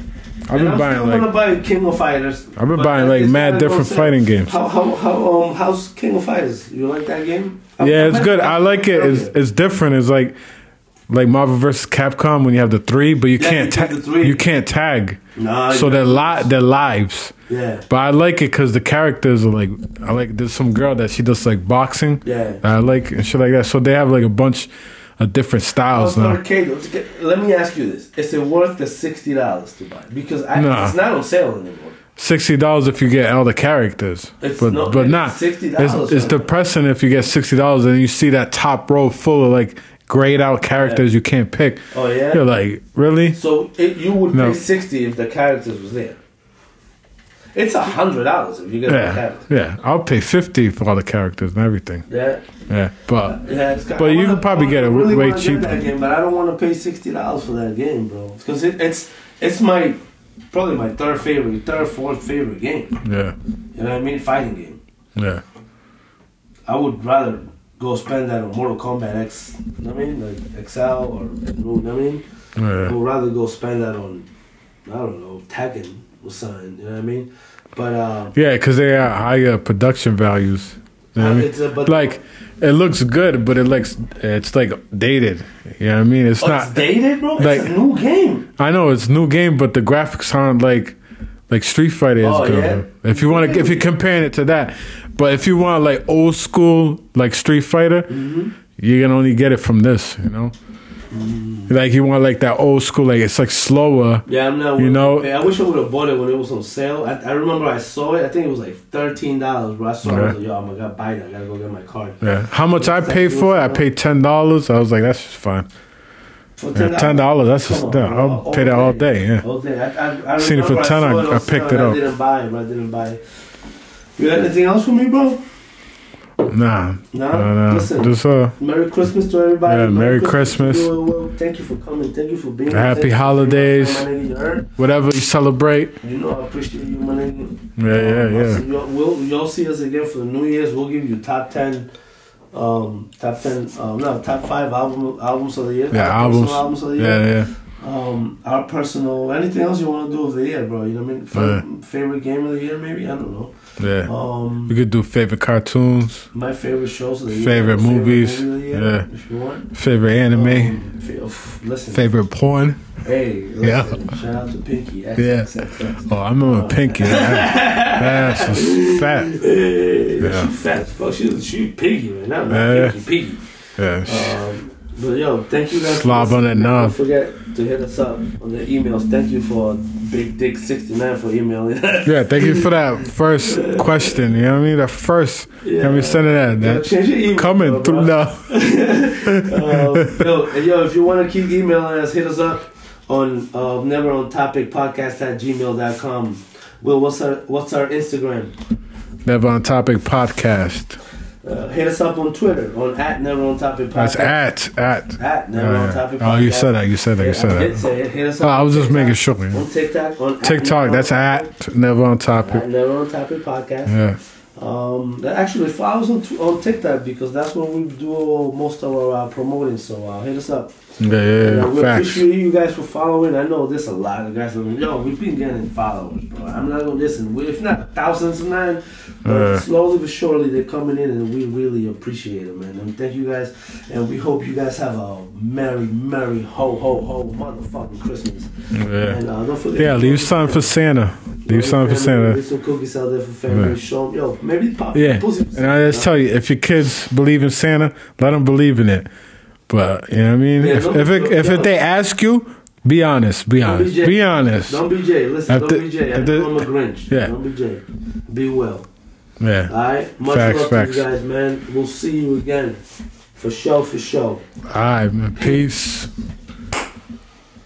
S3: I've
S2: and
S3: been
S2: I'm still
S3: buying
S2: gonna
S3: like
S2: buy King of Fighters.
S3: I've been
S2: but
S3: buying
S2: that
S3: like
S2: is
S3: mad
S2: not
S3: different
S2: gonna
S3: fighting
S2: sell.
S3: games.
S2: How how how um how's King of Fighters? You like that game? I'm-
S3: Yeah,
S2: I'm
S3: it's
S2: not-
S3: good. I like it. It's it's different. It's like like Marvel vs. Capcom when you have the three, but you
S2: Yeah,
S3: can't
S2: you
S3: ta-
S2: do the three.
S3: you can't tag.
S2: Nah,
S3: So
S2: yeah.
S3: they're li- they're lives.
S2: yeah.
S3: But I like it because the characters are like, I like. There's some girl that she does like boxing.
S2: Yeah.
S3: that I like and shit like that. So they have like a bunch of different styles
S2: How's
S3: now.
S2: arcade? Let me ask you this: Is it worth the sixty dollars to buy? Because I,
S3: Nah.
S2: it's not on sale anymore.
S3: Sixty dollars if you get all the characters,
S2: It's
S3: but
S2: not-
S3: but
S2: it's
S3: not
S2: $60,
S3: It's, it's
S2: man.
S3: depressing if you get sixty dollars and you see that top row full of like grayed out characters you can't pick.
S2: Oh, yeah?
S3: you're like really?
S2: So it, you would
S3: No.
S2: pay sixty if the characters was there. It's a hundred dollars if you get the
S3: Yeah,
S2: characters.
S3: yeah. I'll pay fifty for all the characters and everything.
S2: Yeah,
S3: Yeah, but
S2: yeah. It's got,
S3: But
S2: I
S3: you
S2: wanna-
S3: could probably
S2: I
S3: get it
S2: really
S3: way
S2: wanna get
S3: cheaper.
S2: That game, but I don't want to pay sixty dollars for that game, bro. Because it, it's it's my probably my third favorite, third fourth favorite game.
S3: yeah,
S2: You know what I mean? Fighting game.
S3: yeah.
S2: I would rather go spend that on Mortal Kombat X. you know what I mean, like Excel or you know what I mean. I
S3: yeah.
S2: would rather go spend that on I don't know Tekken or something. You know what I mean? But um,
S3: Yeah, because they have higher production values. You know what I mean?
S2: It's a- but-
S3: like, it looks good, but it looks it's like dated. You know what I mean? It's
S2: oh,
S3: not.
S2: it's dated, bro.
S3: like-
S2: it's a new game.
S3: I know it's new game, but the graphics aren't like like Street Fighter is
S2: Oh,
S3: good.
S2: yeah?
S3: If you want to, if you're comparing it to that, but if you want like old school like Street Fighter,
S2: Mm-hmm.
S3: you can only get it from this. You know,
S2: Mm.
S3: like you want like that old school, like it's like slower.
S2: Yeah, I'm not.
S3: You know-
S2: I wish I would have bought it when it was on sale. I, I remember I saw it. I think it was like thirteen dollars, bro. I saw it. I was
S3: Okay.
S2: like, yo, I'm gonna buy that. I gotta go get my card
S3: Yeah. How much I paid for it? I paid ten dollars. I was like, that's just fine.
S2: for
S3: Yeah, ten dollars. That's
S2: Come
S3: just,
S2: on,
S3: yeah,
S2: bro.
S3: I'll pay that all day. Yeah.
S2: All day. I, I, I
S3: Seen it for
S2: remember
S3: 10, I-
S2: saw on
S3: I picked
S2: sale,
S3: it up.
S2: I didn't buy it, but I didn't buy it. You got anything else for me, bro?
S3: Nah.
S2: No?
S3: Nah, nah.
S2: Listen.
S3: Just uh,
S2: Merry Christmas to everybody.
S3: Yeah, Merry Christmas.
S2: to you. Well, Thank you for coming. Thank you for being
S3: Happy
S2: Thank you for
S3: holidays.
S2: being my nigga, you heard?
S3: whatever you celebrate.
S2: You know I appreciate you, my nigga.
S3: Yeah,
S2: Um,
S3: yeah,
S2: I'll
S3: yeah.
S2: see y'all- We'll y'all see us again for the New Year's. We'll give you top ten, um, top ten, um, no, top five album albums of the year.
S3: Yeah,
S2: Our personal
S3: albums.
S2: albums of the year.
S3: Yeah, yeah.
S2: Um, our personal, anything else you want to do of the year, bro? You know what I mean? Fa- Favorite game of the year, maybe? I don't know.
S3: Yeah.
S2: Um,
S3: We could do favorite cartoons,
S2: my favorite shows of the year.
S3: Favorite movies,
S2: movie of the year,
S3: yeah.
S2: If you want.
S3: favorite anime,
S2: Um, fa- f- listen.
S3: favorite porn.
S2: Hey, listen, shout out to Pinky. X,
S3: Yeah.
S2: X, X, X.
S3: Oh, I remember Pinky. That ass was fat.
S2: Hey,
S3: Yeah.
S2: she fat as fuck. She, she piggy right now, man.
S3: Yeah.
S2: Pinky, piggy.
S3: Yeah.
S2: Um, But yo, thank you guys. for
S3: Slob on that
S2: listening.
S3: knob.
S2: Don't forget to hit us up on the emails. Thank you for Big Dick sixty nine for emailing.
S3: Yeah, thank you for that first question. You know what I mean? The first. You know what I mean? Sending that.
S2: Yeah,
S3: that
S2: change your email,
S3: coming
S2: bro, bro.
S3: through now.
S2: um, yo, and yo, if you want to keep emailing us, hit us up on uh, never on topic podcast at gmail.com. Will, what's our what's our Instagram?
S3: Never on Topic Podcast.
S2: Uh, hit us up on Twitter on at never on topic podcast.
S3: That's at. At.
S2: at
S3: Oh,
S2: never on
S3: yeah.
S2: topic.
S3: Oh, you
S2: podcast.
S3: said that. You said that. You
S2: Yeah, I
S3: said
S2: did
S3: that.
S2: say it. Hit us
S3: Oh,
S2: up
S3: I
S2: on
S3: was just
S2: TikTok.
S3: making sure. man.
S2: on TikTok on at
S3: TikTok.
S2: Never
S3: That's
S2: On
S3: at. Never on
S2: Topic- at
S3: Topic.
S2: never on topic podcast.
S3: Yeah.
S2: Um, that actually follows on, t- on TikTok because that's where we do all- most of our uh, promoting. So uh, hit us up.
S3: Yeah, yeah,
S2: And, uh,
S3: yeah.
S2: we
S3: Facts.
S2: appreciate you guys for following. I know there's a lot of guys. that Yo, we've been getting followers, bro. I'm not gonna listen. We- If not thousands of nine, but
S3: Yeah.
S2: slowly but surely they're coming in, and we really appreciate it, man. And thank you guys, and we hope you guys have a merry, merry, ho, ho, ho, motherfucking Christmas.
S3: Yeah.
S2: And uh, don't forget.
S3: Yeah, leave something for Santa. Leave something for Santa.
S2: Leave some cookies out there for family.
S3: Yeah.
S2: Show 'em- yo, maybe pop
S3: Yeah,
S2: pussy.
S3: and I just tell you, if your kids believe in Santa, let them believe in it. But you know what I mean.
S2: Yeah,
S3: if
S2: don't-
S3: if, it, if it, they ask you, be honest. Be
S2: Don't be
S3: honest.
S2: Jay.
S3: Be honest.
S2: Don't be Jay. Listen,
S3: If
S2: don't
S3: the-
S2: be Jay. I
S3: if the-
S2: know I'm a Grinch.
S3: yeah.
S2: Don't be Jay. Be well.
S3: Yeah.
S2: All right. Much
S3: Facts,
S2: love
S3: facts.
S2: to you guys, man. We'll see you again. For show, for show.
S3: All right, man. Peace.